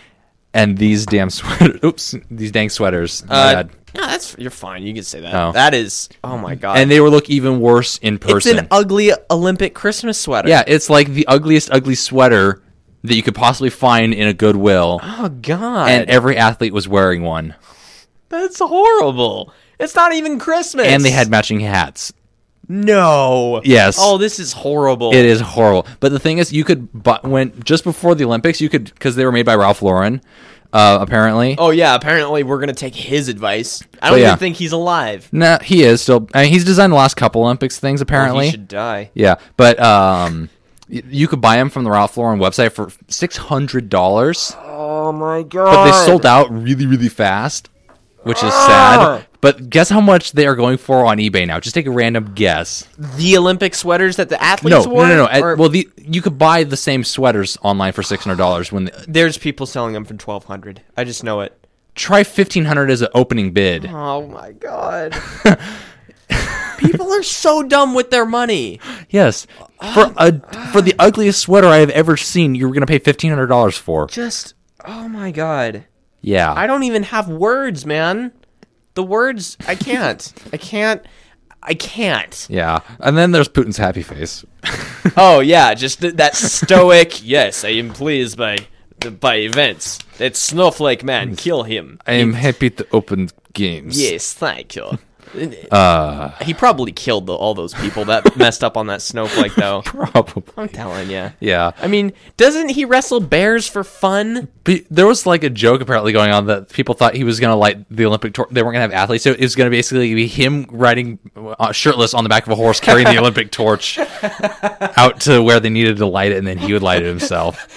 S5: and these damn sweater. Oops, these dang sweaters. My
S4: Uh,
S5: bad.
S4: no, that's you're fine. You can say that.
S5: Oh.
S4: That is. Oh my god.
S5: And they were look even worse in
S4: it's
S5: person.
S4: an ugly Olympic Christmas sweater.
S5: yeah, it's like the ugliest ugly sweater that you could possibly find in a Goodwill,
S4: Oh god.
S5: and every athlete was wearing one,
S4: that's horrible. It's not even Christmas.
S5: and they had matching hats.
S4: No.
S5: Yes.
S4: Oh, this is horrible.
S5: It is horrible. But the thing is, you could bu- when just before the Olympics, you could because they were made by Ralph Lauren, uh, apparently.
S4: Oh yeah, apparently we're gonna take his advice. I don't
S5: But Oh, yeah.
S4: even think he's alive.
S5: Nah, he is still. I mean, he's designed the last couple Olympics things apparently.
S4: He should die.
S5: Yeah, but um, y- you could buy them from the Ralph Lauren website for six hundred dollars. Oh my god! But they sold out really, really fast, which is sad. But guess how much they are going for on eBay now? Just take a random guess.
S4: The Olympic sweaters that the
S5: No,
S4: athletes
S5: no,
S4: wore.
S5: no, no. At-
S4: Or-
S5: well, the, you could buy the same sweaters online for six hundred dollars. When the,
S4: there's people selling them for twelve hundred. I just know it.
S5: try fifteen hundred as an opening bid.
S4: Oh my god. people are so dumb with their money.
S5: Yes, for a for the ugliest sweater I have ever seen, you're gonna pay fifteen hundred dollars for.
S4: Just oh my god.
S5: Yeah,
S4: I don't even have words, man. The words I can't. I can't. I can't.
S5: yeah. And then there's Putin's happy face.
S6: Oh yeah, just th- that stoic. yes, I am pleased by by events. That snowflake man, kill him.
S5: I am happy to open games.
S4: Yes, thank you. Uh. he probably killed the, all those people that messed up on that snowflake, though.
S5: Probably.
S4: I'm telling you.
S5: Yeah.
S4: I mean, doesn't he wrestle bears for fun?
S5: But there was like a joke apparently going on that people thought he was going to light the Olympic torch. They weren't going to have athletes. So it was going to basically be him riding uh, shirtless on the back of a horse carrying the Olympic torch out to where they needed to light it and then he would light it himself.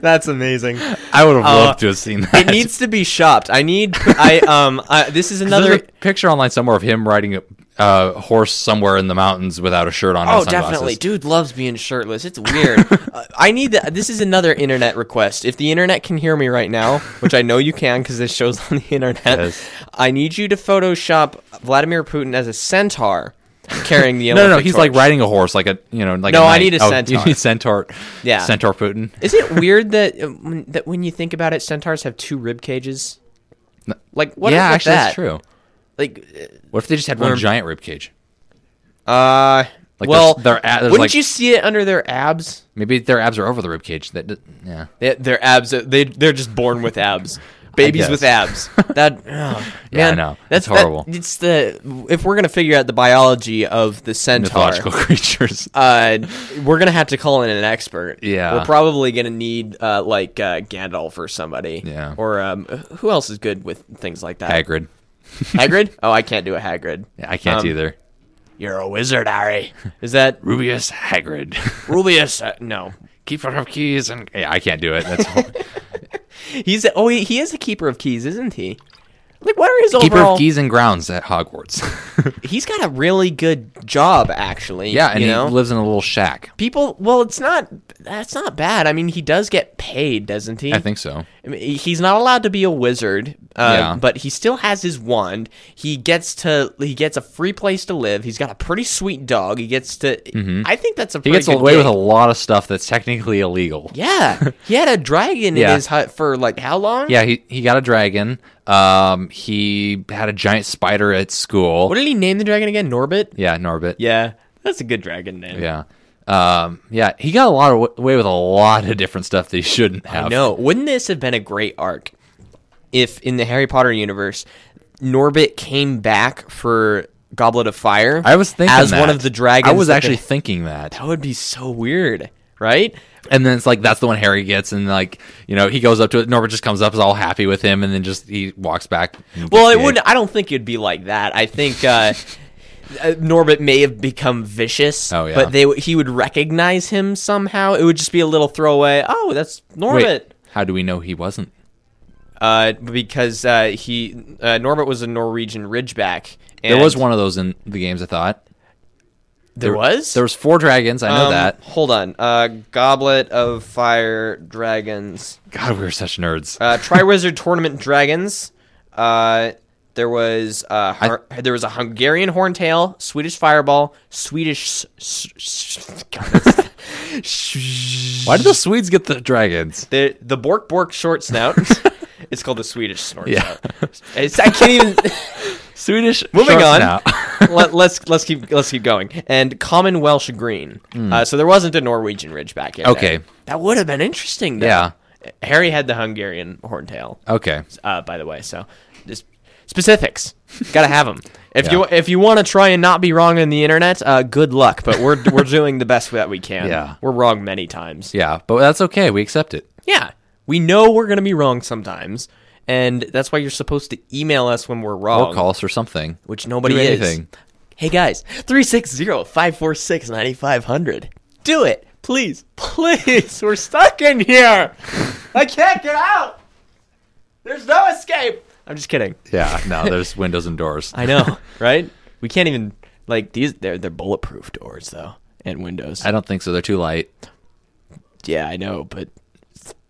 S4: That's amazing.
S5: I would have loved to have seen that.
S4: Uh, It needs to be shopped. I need. I um. I, this is
S5: There's
S4: another.
S5: a picture online somewhere of him riding a uh, horse somewhere in the mountains without a shirt on. and
S4: Oh,
S5: sunglasses.
S4: definitely. Dude loves being shirtless. It's weird. uh, I need that. This is another internet request. If the internet can hear me right now, which I know you can because this show's on the internet,
S5: Yes.
S4: I need you to Photoshop Vladimir Putin as a centaur carrying the
S5: No, no, no,
S4: Olympic
S5: he's
S4: torch.
S5: like riding a horse, like a you know, like
S4: No,
S5: I
S4: I need a
S5: You
S4: centaur.
S5: need centaur.
S4: Yeah.
S5: centaur Putin.
S4: Is it weird that uh, when- that when you think about it, centaurs have two rib cages? Like what?
S5: yeah,
S4: is with
S5: actually,
S4: that?
S5: that's true.
S4: Like,
S5: What if they just had one
S4: Or-
S5: giant rib cage?
S4: uh,
S5: Like
S4: well,
S5: there's- there are- there's,
S4: wouldn't
S5: like-
S4: you see it under their abs?
S5: Maybe their abs are over the rib cage. That d- yeah,
S4: They, their abs, uh, they they're just born with abs.
S5: guess.
S4: Babies with abs. That ugh,
S5: Yeah, I
S4: man,
S5: know.
S4: That's
S5: It's horrible.
S4: that- it's the if we're gonna figure out the biology of the centaur,
S5: mythological creatures.
S4: uh, we're gonna have to call in an expert.
S5: Yeah.
S4: we're probably gonna need uh, like uh, Gandalf or somebody.
S5: Yeah.
S4: or um, who else is good with things like that?
S5: Hagrid.
S4: Hagrid? Oh, I can't do a Hagrid.
S5: Yeah, I can't
S4: Um,
S5: either.
S4: You're a wizard, Harry. Is that
S5: Rubius Hagrid,
S4: Rubius? Uh, no,
S5: keeper of keys, and yeah, I can't do it. That's hor-
S4: he's oh he, he is a keeper of keys, isn't he? Like what are his
S5: keeper
S4: overall?
S5: of keys and grounds at Hogwarts.
S4: He's got a really good job, actually.
S5: yeah, and
S4: you
S5: he
S4: know?
S5: lives in a little shack.
S4: people. Well, it's not that's not bad. I mean, he does get paid, doesn't he?
S5: I think so.
S4: I mean, he's not allowed to be a wizard, uh,
S5: Yeah.
S4: but he still has his wand. He gets to he gets a free place to live. He's got a pretty sweet dog. He gets to. I think that's a
S5: Mm-hmm. He
S4: pretty
S5: gets
S4: good
S5: away with
S4: gig.
S5: a lot of stuff that's technically illegal.
S4: Yeah, he had a dragon
S5: Yeah.
S4: in his hut for like how long?
S5: Yeah, he, he got a dragon. Um, he had a giant spider at school.
S4: What did he name the dragon again? Norbit.
S5: yeah, Norbit.
S4: Yeah, that's a good dragon name.
S5: Yeah. Um, yeah, he got a lot of away with a lot of different stuff that he shouldn't have.
S4: No, wouldn't this have been a great arc if in the Harry Potter universe Norbit came back for Goblet of Fire?
S5: I was thinking
S4: as
S5: that.
S4: one of the dragons.
S5: I was
S4: that
S5: actually
S4: they-
S5: thinking that,
S4: that would be so weird, right?
S5: and then it's like that's the one Harry gets, and like you know he goes up to it. Norbert just comes up, is all happy with him, and then just he walks back. and
S4: Well,
S5: gets
S4: it
S5: the
S4: would.
S5: egg.
S4: I don't think it'd be like that. I think uh, uh, Norbit may have become vicious.
S5: Oh, yeah.
S4: But they w- he would recognize him somehow. It would just be a little throwaway. Oh, that's Norbit.
S5: Wait, how do we know he wasn't?
S4: Uh, because uh, he uh, Norbit was a Norwegian Ridgeback. And
S5: there was one of those in the games. I thought
S4: There, was.
S5: there was four dragons. I know
S4: Um,
S5: that.
S4: Hold on. Uh, Goblet of Fire Dragons.
S5: God, we were such nerds.
S4: Uh, Triwizard Tournament Dragons. Uh, there was uh, har- there was a Hungarian Horntail, Swedish Fireball, Swedish. S- s- s-
S5: Why did the Swedes get the dragons?
S4: the the Bork Bork Short Snout. it's called the Swedish Snort
S5: Yeah.
S4: Snout. It's, I can't even.
S5: Swedish.
S4: Moving
S5: short
S4: on.
S5: snout.
S4: Let, let's let's keep let's keep going. And common Welsh green. Uh, so there wasn't a Norwegian Ridgeback. in
S5: Hmm. Okay.
S4: there. that would have been interesting. Though.
S5: Yeah.
S4: Harry had the Hungarian horntail.
S5: Okay.
S4: Uh, by the way, so just specifics. Gotta have them. If you if you want to try and not be wrong on the internet, uh, good luck. But we're we're doing the best that we can.
S5: Yeah.
S4: we're wrong many times.
S5: Yeah, but that's okay. We accept it.
S4: Yeah. We know we're going to be wrong sometimes, and that's why you're supposed to email us when we're wrong,
S5: Or call us or something.
S4: which nobody
S5: Do
S4: is.
S5: anything.
S4: Hey guys, 360-546-9500. Do it. Please. Please. We're stuck in here. I can't get out. There's no escape. I'm just kidding.
S5: Yeah, no, there's windows and doors.
S4: I know, right? We can't even like these they're they're bulletproof doors though and windows.
S5: I don't think so. They're too light.
S4: yeah, I know, but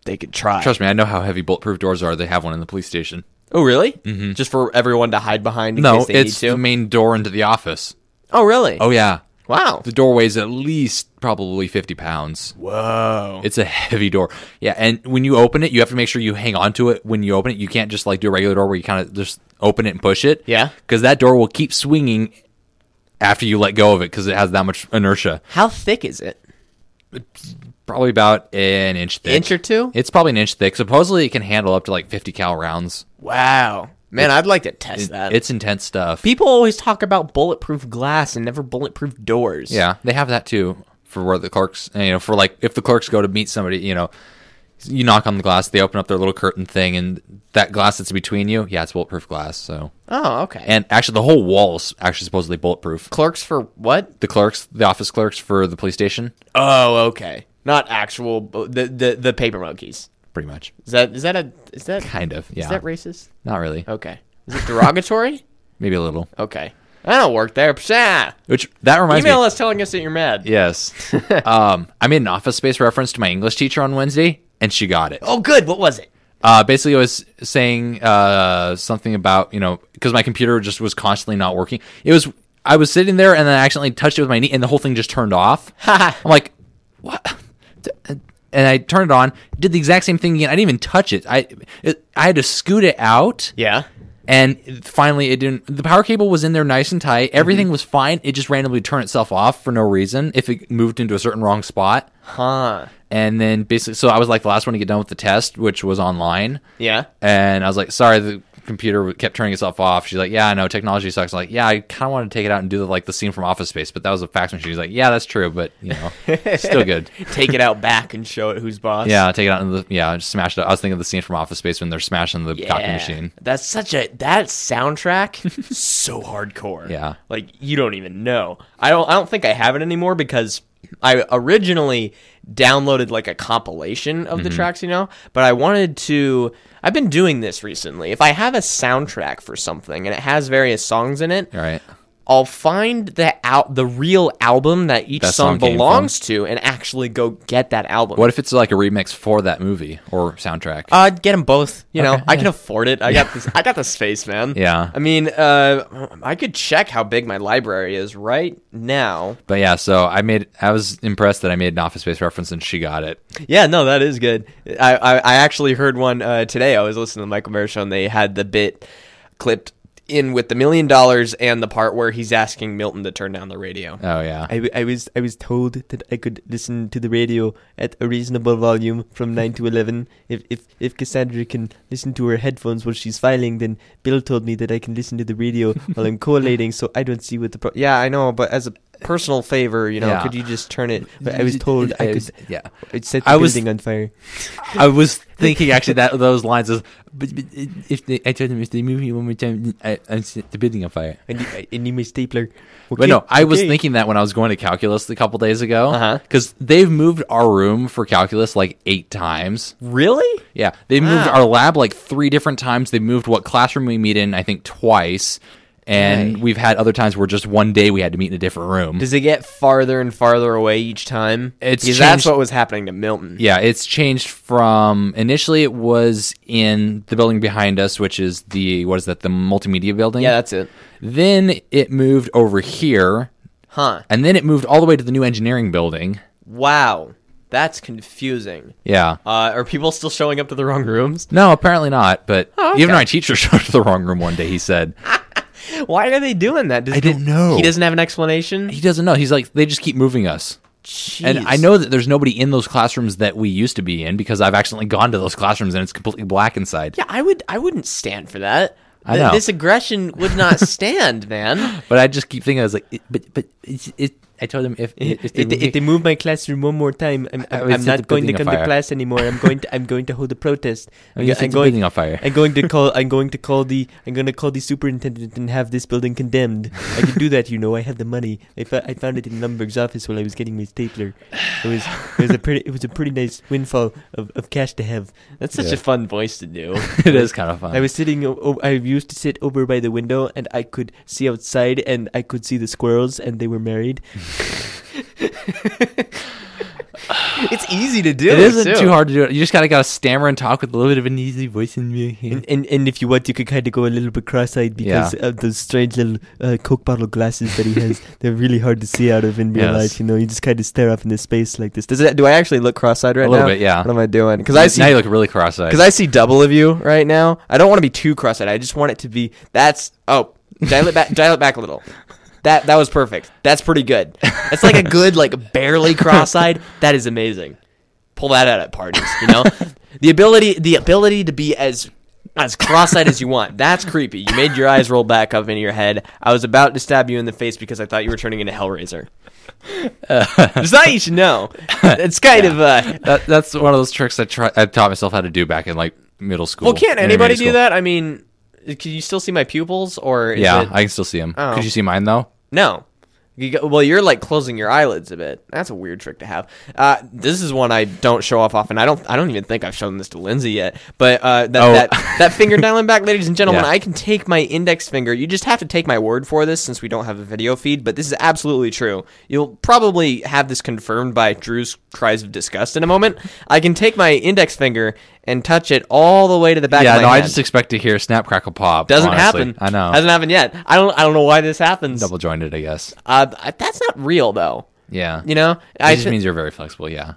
S4: they could try.
S5: Trust me, I know how heavy bulletproof doors are. They have one in the police station.
S4: Oh, really? Mm-hmm. Just for everyone to hide behind in
S5: No,
S4: case they
S5: it's
S4: need to.
S5: the main door into the office.
S4: oh, really?
S5: Oh yeah,
S4: wow.
S5: the door weighs at least probably fifty pounds.
S4: Whoa.
S5: It's a heavy door. Yeah, and when you open it, you have to make sure you hang on to it when you open it. You can't just like do a regular door where you kind of just open it and push it.
S4: Yeah.
S5: because that door will keep swinging after you let go of it because it has that much inertia.
S4: How thick is it?
S5: Probably about an inch thick.
S4: Inch or two?
S5: It's probably an inch thick. Supposedly, it can handle up to like fifty cal rounds.
S4: Wow. Man, I'd like to test
S5: It-
S4: that.
S5: it's intense stuff.
S4: people always talk about bulletproof glass and never bulletproof doors.
S5: Yeah, they have that too for where the clerks, you know, for like if the clerks go to meet somebody, you know, you knock on the glass, they open up their little curtain thing, and that glass that's between you, yeah, it's bulletproof glass. So,
S4: Oh, okay.
S5: and actually, the whole wall is actually supposedly bulletproof.
S4: clerks for what?
S5: The clerks, the office clerks for the police station,
S4: Oh, okay. Not actual bu- the the the paper monkeys.
S5: pretty much,
S4: Is that is that a is that
S5: kind of, yeah,
S4: is that racist?
S5: not really,
S4: Okay. Is it derogatory?
S5: maybe a little.
S4: okay. I don't work there. Psah.
S5: Which that reminds
S4: Email
S5: me.
S4: us telling us that you're mad.
S5: Yes, um, I made an office space reference to my English teacher on Wednesday, and she got it.
S4: Oh, good. What was it?
S5: uh, basically I was saying uh, something about you know because my computer just was constantly not working. It was I was sitting there and then I accidentally touched it with my knee and the whole thing just turned off. I'm like, what? uh, And I turned it on, did the exact same thing again. I didn't even touch it. I it, I had to scoot it out.
S4: Yeah.
S5: And finally, it didn't. The power cable was in there nice and tight. Everything was fine. It just randomly turned itself off for no reason if it moved into a certain wrong spot.
S4: Huh.
S5: And then basically, so I was like the last one to get done with the test, which was online.
S4: Yeah.
S5: And I was like, sorry, the computer kept turning itself off. She's like, yeah, I know, technology sucks. I'm like, yeah, I kind of wanted to take it out and do the, like the scene from Office Space, but that was a fax machine. She's like, yeah, that's true, but you know, still good.
S4: Take it out back and show it who's boss.
S5: Yeah, take it out and the, yeah, just smash it. Up. I was thinking of the scene from Office Space when they're smashing the copy machine.
S4: That's such a that soundtrack so hardcore.
S5: Yeah.
S4: Like you don't even know. I don't I don't think I have it anymore because I originally downloaded like a compilation of
S5: Mm-hmm.
S4: the tracks, you know, but I wanted to I've been doing this recently. If I have a soundtrack for something and it has various songs in it,
S5: All right,
S4: I'll find the out the real album that each
S5: That
S4: song,
S5: song came
S4: belongs to and actually go get that album.
S5: what if it's like a remix for that movie or soundtrack?
S4: Uh, get them both. You know,
S5: Okay,
S4: I can afford it. I got this. I got the space, man.
S5: Yeah.
S4: I mean, uh, I could check how big my library is right now.
S5: but yeah, so I made I was impressed that I made an Office Space reference and she got it.
S4: Yeah, no, that is good. I I, I actually heard one uh, today. I was listening to Michael Mayer show, and they had the bit clipped in with the million dollars and the part where he's asking Milton to turn down the radio.
S5: Oh yeah,
S7: I, w- I was I was told that I could listen to the radio at a reasonable volume from nine to eleven. If if if Cassandra can listen to her headphones while she's filing, then Bill told me that I can listen to the radio while I'm collating. So I don't see what the pro-
S4: Yeah, I know, but as a personal favor, you know,
S5: Yeah.
S4: could you just turn it?
S7: But I was told I could
S5: yeah.
S7: I'd set
S5: I
S7: the
S5: was-
S7: building on fire.
S5: I was thinking actually that those lines is, but, but if they, I told them if they move me one more time, I, I'm set the building on fire.
S7: I need, I need my stapler.
S5: But no, I was
S7: okay.
S5: thinking that when I was going to calculus a couple days
S4: Uh-huh.
S5: ago, because they've moved our room for calculus like eight times.
S4: Really?
S5: Yeah, they moved
S4: Wow.
S5: our lab like three different times. They moved what classroom we meet in, I think, twice, and
S4: Okay.
S5: we've had other times where just one day we had to meet in a different room.
S4: Does it get farther and farther away each time?
S5: It's
S4: because that's
S5: changed-
S4: what was happening to Milton.
S5: Yeah, it's changed from initially it was in the building behind us, which is the what is that the multimedia building?
S4: Yeah, that's it.
S5: Then it moved over here,
S4: Huh.
S5: and then it moved all the way to the new engineering building.
S4: Wow. That's confusing.
S5: Yeah.
S4: Uh, are people still showing up to the wrong rooms?
S5: No, apparently not. But
S4: Oh, okay.
S5: even my teacher showed up to the wrong room one day. He said
S4: Why are they doing that? Does
S5: I don't know.
S4: He doesn't have an explanation.
S5: he doesn't know. He's like they just keep moving us.
S4: Jeez.
S5: And I know that there's nobody in those classrooms that we used to be in because I've accidentally gone to those classrooms and it's completely black inside.
S4: Yeah, I would. I wouldn't stand for that.
S5: I
S4: Th-
S5: know.
S4: This aggression would not stand, man.
S5: But I just keep thinking, I was like, it, but but it's it. I told him if if,
S7: If
S5: they,
S7: they, if they move my classroom one more time, I'm,
S5: I
S7: I'm,
S5: would
S7: I'm
S5: set the
S7: not going to
S5: building
S7: come to
S5: afire.
S7: class anymore. I'm going to I'm going to hold a protest.
S5: I'm gonna
S7: go-
S5: set the building on fire.
S7: I'm going to call I'm going to call the I'm going to call the superintendent and have this building condemned. I can do that, you know. I have the money. I, fo- I found it in Lumberg's office while I was getting my stapler. It was it was a pretty it was a pretty nice windfall of, of cash to have.
S4: That's such
S5: Yeah.
S4: a fun voice to do.
S5: it is kind of fun.
S7: I was sitting. o- o- I used to sit over by the window, and I could see outside, and I could see the squirrels, and they were married.
S4: it's easy to do.
S5: it isn't
S4: too.
S5: too hard to do it. You just kind of got to stammer and talk with a little bit of an easy voice in your
S7: And
S5: head.
S7: and, and if you want, you could kind of go a little bit cross-eyed because of those strange little uh, Coke bottle glasses that he has. They're really hard to see out of in real
S5: Yes.
S7: life. You know, you just kind of stare off into space like this. Does it? Do I actually look cross-eyed right
S5: A little
S7: now?
S5: bit, yeah.
S7: What am I doing? Because I see
S5: now you look really cross-eyed.
S4: Because I see double of you right now. I don't want to be too cross-eyed. I just want it to be. That's oh, dial it back. dial it back a little. That that was perfect. That's pretty good. That's like a good like barely cross-eyed. That is amazing. Pull that out at parties. You know, the ability the ability to be as as cross-eyed as you want. That's creepy. You made your eyes roll back up into your head. I was about to stab you in the face because I thought you were turning into Hellraiser. There's not you should know. It's kind of uh,
S5: that, that's one of those tricks I try. I taught myself how to do back in like middle school.
S4: Well, can't
S5: intermediate
S4: anybody do
S5: school.
S4: that? I mean, can you still see my pupils, or is
S5: Yeah,
S4: it-
S5: I can still see him.
S4: Oh.
S5: Could you see mine though?
S4: no? You go, well, you're like closing your eyelids a bit. That's a weird trick to have. Uh, this is one I don't show off often. I don't. I don't even think I've shown this to Lindsay yet. But uh, that,
S5: Oh.
S4: that that finger dialing back, ladies and gentlemen,
S5: Yeah.
S4: I can take my index finger. You just have to take my word for this, since we don't have a video feed. But this is absolutely true. You'll probably have this confirmed by Drew's cries of disgust in a moment. I can take my index finger and touch it all the way to the back.
S5: yeah,
S4: of my
S5: no, I
S4: hand.
S5: just expect to hear snap crackle pop.
S4: Doesn't
S5: honestly.
S4: happen.
S5: I know.
S4: Hasn't happened yet. I don't. I don't know why this happens.
S5: Double jointed, I guess.
S4: Uh, th- that's not real though.
S5: Yeah,
S4: You know.
S5: It
S4: I
S5: just
S4: thi-
S5: means you're very flexible. Yeah,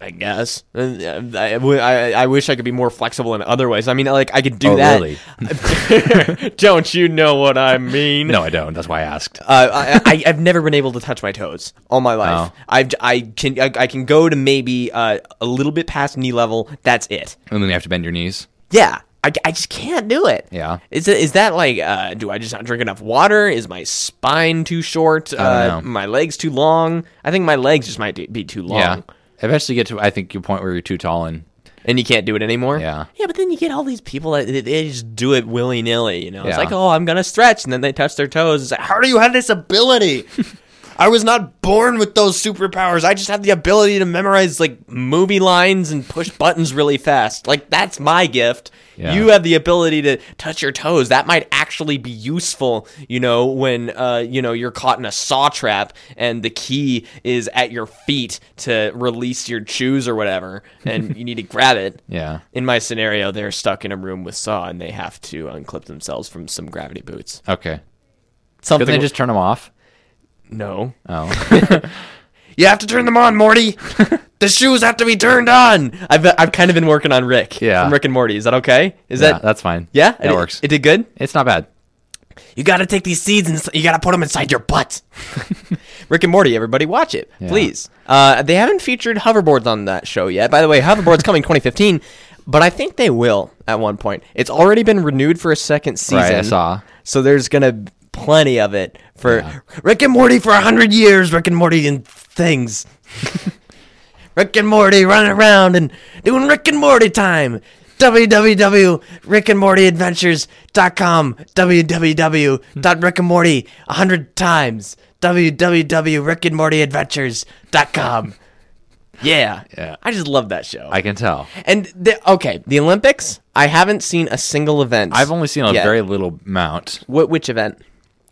S4: I guess. Uh, I, w- I- I wish I could be more flexible in other ways. I mean, like I could do
S5: Oh,
S4: that.
S5: really?
S4: don't you know what I mean?
S5: no, I don't. That's why I asked.
S4: Uh, I, I, I've never been able to touch my toes all my life.
S5: Oh.
S4: I've, I can I, I can go to maybe uh, a little bit past knee level. That's it.
S5: And then you have to bend your knees.
S4: Yeah. I, I just can't do it.
S5: Yeah.
S4: Is it, is that like uh, do I just not drink enough water? Is my spine too short? uh,
S5: know.
S4: my legs too long? I think my legs just might be too long.
S5: Yeah. Eventually, get to I think your point where you're too tall and
S4: And you can't do it anymore.
S5: Yeah.
S4: Yeah, but then you get all these people that they, they just do it willy nilly. You know, it's
S5: Yeah.
S4: like, oh, I'm gonna stretch, and then they touch their toes. It's like, how do you have this ability? I was not born with those superpowers. I just have the ability to memorize like movie lines and push buttons really fast. Like that's my gift.
S5: Yeah.
S4: You have the ability to touch your toes. That might actually be useful, you know, when uh, you know you're caught in a saw trap and the key is at your feet to release your shoes or whatever, and you need to grab it.
S5: yeah.
S4: In my scenario, they're stuck in a room with saw and they have to unclip themselves from some gravity boots.
S5: Okay.
S4: Something
S5: Could they just turn them off?
S4: no.
S5: Oh,
S4: You have to turn them on, Morty. the shoes have to be turned on. I've I've kind of been working on Rick.
S5: Yeah.
S4: From Rick and Morty. Is that okay? Is
S5: yeah,
S4: that
S5: that's fine.
S4: yeah?
S5: that
S4: It-
S5: works.
S4: It did good.
S5: it's not bad.
S4: You got to take these seeds and you got to put them inside your butt. Rick and Morty, everybody, watch it,
S5: Yeah.
S4: please. Uh, they haven't featured hoverboards on that show yet. By the way, hoverboards coming 2015, but I think they will at one point. It's already been renewed for a second season.
S5: Right, I saw.
S4: So there's gonna be plenty of it for Rick and Morty for hundred years. Rick and Morty and things. Rick and Morty running around and doing Rick and Morty time. www.rickandmortyadventures.com www.rickandmorty 100 times www.rickandmortyadventures.com Yeah.
S5: Yeah.
S4: I just love that show.
S5: I can tell.
S4: and the, okay, the Olympics, I haven't seen a single event.
S5: I've only seen a
S4: Yeah.
S5: very little amount.
S4: Wh- which event?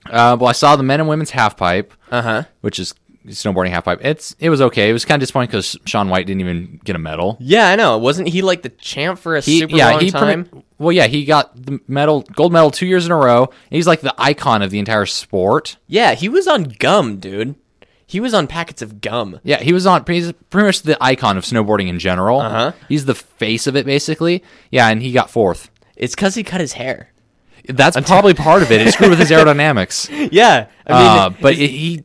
S5: Uh, well, I saw the men and women's half pipe,
S4: Uh-huh.
S5: which is snowboarding half pipe. It's it was okay. It was kind of disappointing because Sean White didn't even get a medal.
S4: Yeah, I know. Wasn't he like the champ for a super long
S5: he
S4: time?
S5: pretty- well, yeah, he got the medal, gold medal, two years in a row. He's like the icon of the entire sport.
S4: yeah, he was on gum, dude. He was on packets of gum.
S5: Yeah, he was on. He's pretty much the icon of snowboarding in general.
S4: Uh-huh.
S5: He's the face of it, basically. Yeah, and he got fourth.
S4: It's because he cut his hair.
S5: That's probably part of Uh, it. It screwed with his aerodynamics.
S4: Yeah, I mean,
S5: uh, but it, he,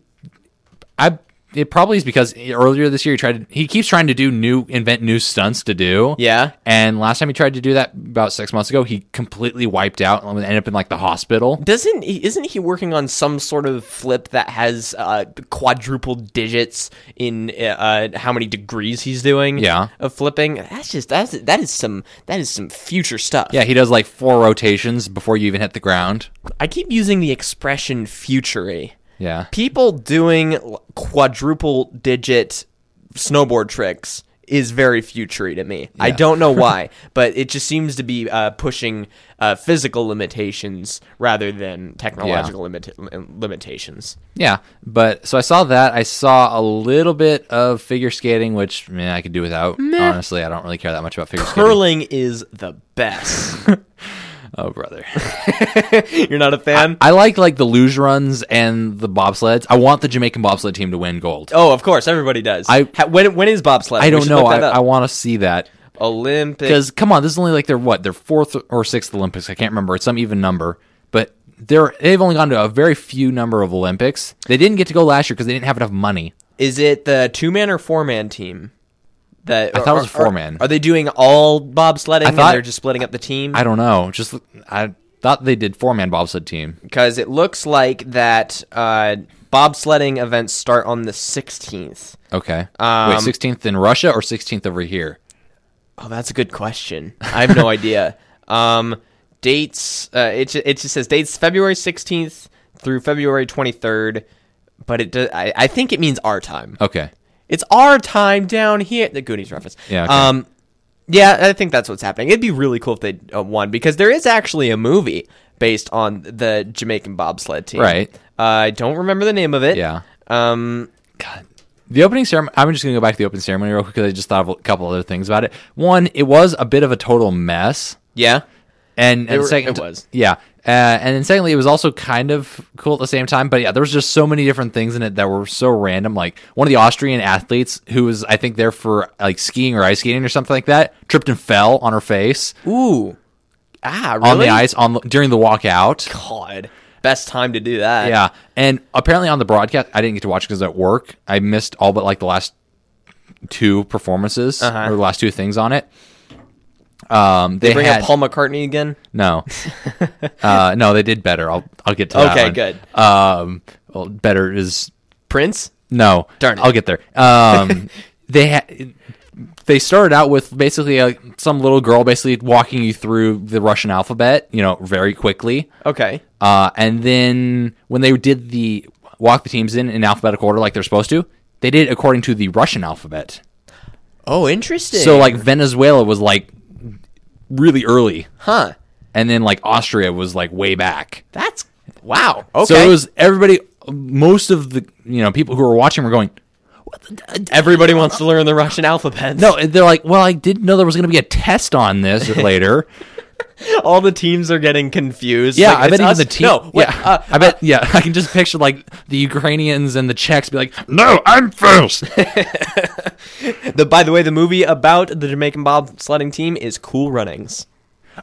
S5: I it probably is because earlier this year he tried to, he keeps trying to do new invent new stunts to do.
S4: Yeah.
S5: And last time he tried to do that about six months ago, he completely wiped out and ended up in like the hospital.
S4: Doesn't he, isn't he working on some sort of flip that has uh, quadruple digits in uh, uh, how many degrees he's doing?
S5: Yeah.
S4: of flipping. That's just that's that is some that is some future stuff.
S5: Yeah, he does like four rotations before you even hit the ground.
S4: I keep using the expression "futury."
S5: Yeah.
S4: people doing quadruple digit snowboard tricks is very futury to me. I don't know why, but it just seems to be uh, pushing uh, physical limitations rather than technological limit- lim- limitations.
S5: Yeah, but so I saw that. I saw a little bit of figure skating, which man, I could do without. Honestly, I don't really care that much about figure skating.
S4: Curling is the best.
S5: Oh, brother.
S4: You're not a fan?
S5: I like like the luge runs and the bobsleds. I want the Jamaican bobsled team to win gold.
S4: oh, of course, everybody does.
S5: I-
S4: Ha- when when is bobsled?
S5: I
S4: We
S5: don't
S4: should
S5: know.
S4: look
S5: I,
S4: that up.
S5: I want to see that
S4: Olympic.
S5: because come on, this is only like their what their fourth or sixth Olympics. I can't remember. It's some even number, but they're they've only gone to a very few number of Olympics. They didn't get to go last year because they didn't have enough money.
S4: Is it the two man or four man team? That
S5: I thought it was
S4: are- are-
S5: four-man.
S4: Are they doing all bobsledding?
S5: I thought-
S4: and they're just splitting up the team.
S5: I don't know. Just I thought they did four man bobsled team.
S4: because it looks like that uh, bobsledding events start on the 16th.
S5: Okay.
S4: Um,
S5: Wait, sixteenth in Russia or sixteenth over here?
S4: Oh, that's a good question. I have no idea. Um, dates. Uh, it ju- it just says dates February 16th through February 23rd, but it do, I, I think it means our time.
S5: Okay.
S4: It's our time down here. The Goonies reference.
S5: Yeah, okay.
S4: Um, yeah, I think that's what's happening. It'd be really cool if they uh, won because there is actually a movie based on the Jamaican bobsled team.
S5: Right.
S4: Uh, I don't remember the name of it.
S5: Yeah.
S4: Um,
S5: The opening ceremony. I'm just gonna go back to the open ceremony real quick because I just thought of a couple other things about it. One, it was a bit of a total mess.
S4: yeah.
S5: And, and
S4: were-
S5: second,
S4: it was.
S5: yeah. Uh, and then secondly, it was also kind of cool at the same time. But yeah, there was just so many different things in it that were so random. Like one of the Austrian athletes who was, I think, there for like skiing or ice skating or something like that, tripped and fell on her face
S4: Ooh. Ah, really?
S5: on the ice on the- during the walkout.
S4: God. Best time to do that.
S5: Yeah, and apparently on the broadcast, I didn't get to watch because at work I missed all but like the last two performances or the last two things on it. Um, they,
S4: Uh-huh. Bring
S5: had
S4: up Paul McCartney again.
S5: no, uh, no, they did better. I'll I'll get to that.
S4: Okay,
S5: one.
S4: good.
S5: Um, well, better is
S4: Prince.
S5: no.
S4: Darn it.
S5: I'll get there. Um, they had. They started out with basically a, some little girl basically walking you through the Russian alphabet, you know, very quickly.
S4: Okay.
S5: Uh, and then when they did the walk the teams in in alphabetical order like they're supposed to, they did it according to the Russian alphabet.
S4: Oh, interesting.
S5: So like Venezuela was like really early,
S4: huh?
S5: and then like Austria was like way back.
S4: That's wow. Okay.
S5: So it was everybody. Most of the you know people who were watching were going. "What the-
S4: Everybody wants to learn the Russian alphabet.
S5: No, and they're like, well, I didn't know there was going to be a test on this later.
S4: all the teams are getting confused.
S5: Yeah,
S4: Like,
S5: I
S4: it's
S5: bet even
S4: us-
S5: the team.
S4: No, wait,
S5: yeah,
S4: uh,
S5: I bet. yeah, I can just picture like the Ukrainians and the Czechs be like, "No, I'm first.
S4: the by the way, the movie about the Jamaican bobsledding team is Cool Runnings.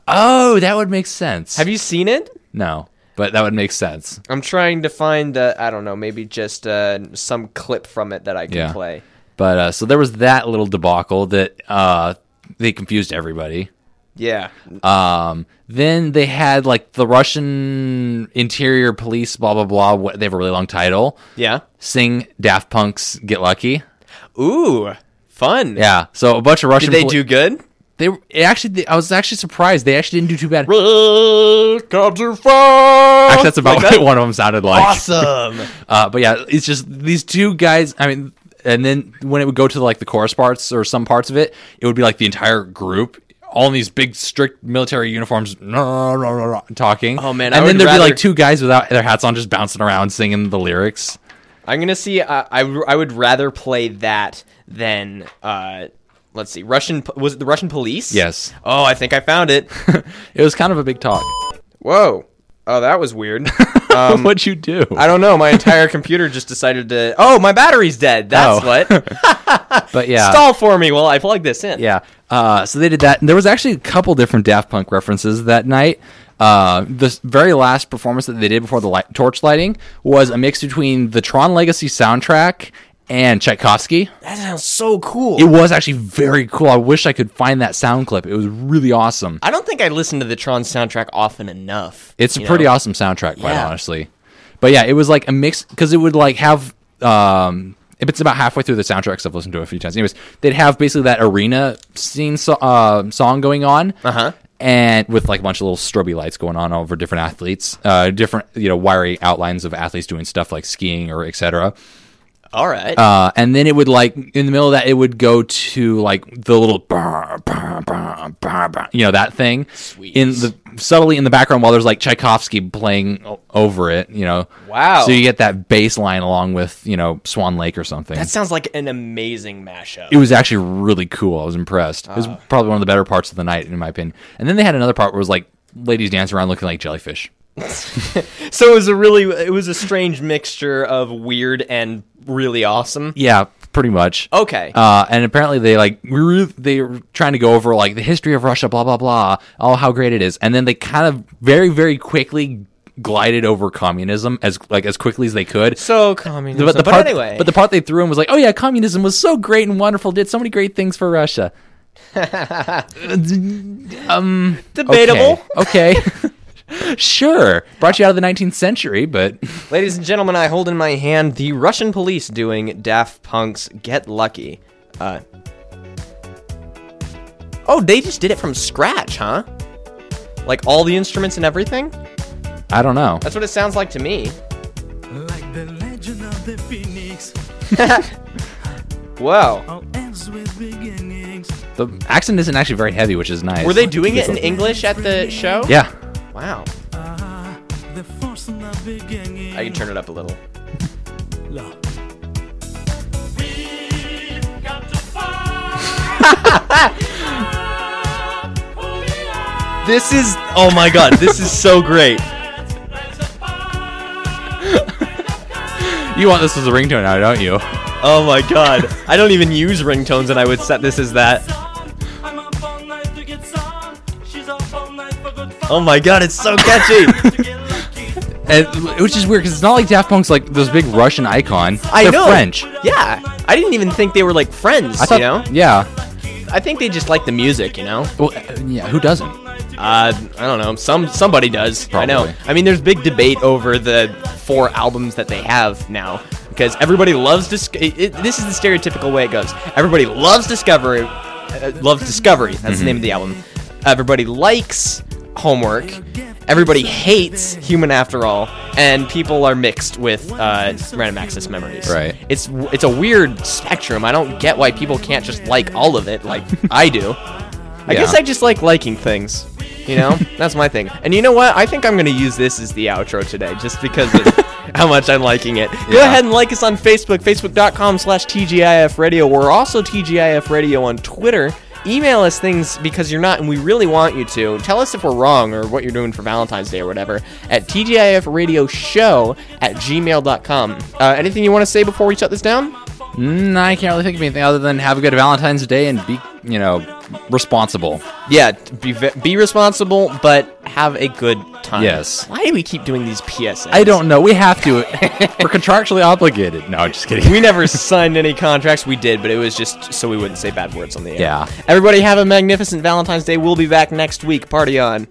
S5: oh, that would make sense.
S4: Have you seen it?
S5: No, but that would make sense.
S4: I'm trying to find. Uh, I don't know. Maybe just uh, some clip from it that I can
S5: Yeah.
S4: play.
S5: But uh, so there was that little debacle that uh, they confused everybody.
S4: Yeah.
S5: Um, then they had like the Russian interior police, blah blah blah. What, they have a really long title.
S4: yeah.
S5: Sing Daft Punk's "Get Lucky."
S4: Ooh, fun.
S5: Yeah. So a bunch of Russian.
S4: Did they
S5: poli-
S4: do good?
S5: They were- it actually. They, I was actually surprised. They actually didn't do too bad.
S4: Welcome to fall.
S5: Actually, that's about
S4: Like
S5: what
S4: that?
S5: one of them sounded like.
S4: awesome.
S5: Uh, but yeah, it's just these two guys. I mean, and then when it would go to like the chorus parts or some parts of it, it would be like the entire group, all in these big strict military uniforms, "No, no, no, no, no," talking.
S4: Oh, man, I
S5: and then
S4: would
S5: there'd be
S4: rather-
S5: like two guys without their hats on, just bouncing around singing the lyrics.
S4: I'm gonna see. Uh, I I would rather play that than uh, let's see. Russian po- was it the Russian police?
S5: Yes.
S4: Oh, I think I found it.
S5: It was kind of a big talk.
S4: Whoa. Oh, that was weird. Um,
S5: What'd you do?
S4: I don't know. My entire computer just decided to. Oh, my battery's dead. That's
S5: Oh.
S4: what.
S5: but yeah,
S4: Stall for me while I plug this in.
S5: yeah. Uh, so they did that, and there was actually a couple different Daft Punk references that night. Uh, the s- very last performance that they did before the light, torch lighting was a mix between the Tron Legacy soundtrack and Tchaikovsky.
S4: That sounds so cool.
S5: It was actually very cool. I wish I could find that sound clip. It was really awesome.
S4: I don't think I listen to the Tron soundtrack often enough.
S5: It's a
S4: you
S5: pretty
S4: know?
S5: awesome soundtrack, quite
S4: Yeah.
S5: honestly. But yeah, it was like a mix because it would like have um, if it's about halfway through the soundtrack, 'cause I've listened to it a few times. Anyways, they'd have basically that arena scene so- uh, song going on,
S4: Uh-huh.
S5: and with like a bunch of little strobe lights going on over different athletes, uh, different you know wiry outlines of athletes doing stuff like skiing or etc.
S4: All right.
S5: Uh, and then it would like in the middle of that it would go to like the little bah, bah, bah, bah, bah, you know that thing
S4: Sweet.
S5: in the subtly in the background while there's like Tchaikovsky playing o- over it you know
S4: Wow.
S5: so you get that bass line along with you know Swan Lake or something
S4: that sounds like an amazing mashup.
S5: it was actually really cool I was impressed it was
S4: Ah.
S5: probably one of the better parts of the night in my opinion and then they had another part where it was like ladies dancing around looking like jellyfish
S4: so it was a really it was a strange mixture of weird and really awesome.
S5: yeah pretty much
S4: Okay.
S5: Uh, and apparently they like we were they were trying to go over like the history of Russia, blah blah blah, oh how great it is, and then they kind of very very quickly glided over communism as like as quickly as they could.
S4: so communism.
S5: but the
S4: but
S5: part,
S4: anyway,
S5: but the part they threw in was like, oh yeah, communism was so great and wonderful, did so many great things for Russia.
S4: debatable.
S5: Okay. okay. sure, brought you out of the 19th century, but
S4: Ladies and gentlemen, I hold in my hand the Russian police doing Daft Punk's Get Lucky. Uh, oh, they just did it from scratch, huh? Like all the instruments and everything?
S5: I don't know.
S4: That's what it sounds like to me.
S8: Like the legend of the phoenix,
S4: Whoa.
S8: all ends with beginnings.
S5: The accent isn't actually very heavy, which is nice.
S4: Were they doing it in English at the show?
S5: Yeah.
S4: Wow.
S8: Ah, the force of the beginning.
S4: I can turn it up a little.
S8: Love.
S4: This is oh my god, this is so great.
S5: You want this as a ringtone now, don't you?
S4: Oh my god. I don't even use ringtones and I would set this as that.
S8: I'm up all night to get some. She's up all night for good fun.
S4: Oh my god, it's so catchy.
S8: To get lucky.
S5: And, which is weird because it's not like Daft Punk's like this big Russian icon.
S4: I
S5: They're
S4: know.
S5: French.
S4: Yeah. I didn't even think they were like friends,
S5: I thought,
S4: you know?
S5: yeah.
S4: I think they just like the music, you know.
S5: Well, uh, yeah. Who doesn't?
S4: Uh, I don't know. Some somebody does. I know.
S5: Probably.
S4: I mean, there's big debate over the four albums that they have now because everybody loves dis- it, it- This is the stereotypical way it goes. Everybody loves Discovery. Uh, loves Discovery. That's the name of the
S5: Mm-hmm.
S4: album. Everybody likes Homework. Everybody hates Human After All, and people are mixed with uh, Random Access Memories.
S5: Right.
S4: It's it's a weird spectrum. I don't get why people can't just like all of it like I do. I guess
S5: Yeah.
S4: I just like liking things. You know, that's my thing. And you know what? I think I'm gonna use this as the outro today, just because of how much I'm liking it. Go
S5: Yeah.
S4: ahead and like us on Facebook, facebook.com/slash TGIF Radio. We're also TGIF Radio on Twitter. Email us things because you're not, and we really want you to. Tell us if we're wrong or what you're doing for Valentine's Day or whatever at TGIFRadioshow at gmail.com. Uh, anything you want to say before we shut this down?
S5: Mm, I can't really think of anything other than have a good Valentine's Day and be, you know, responsible.
S4: Yeah, t- be ve- be responsible, but have a good time.
S5: Yes.
S4: Why do we keep doing these PSAs?
S5: I don't know. We have to. We're contractually obligated. No, just kidding.
S4: We never signed any contracts. We did, but it was just so we wouldn't say bad words on the air.
S5: Yeah.
S4: Everybody have a magnificent Valentine's Day. We'll be back next week. Party on.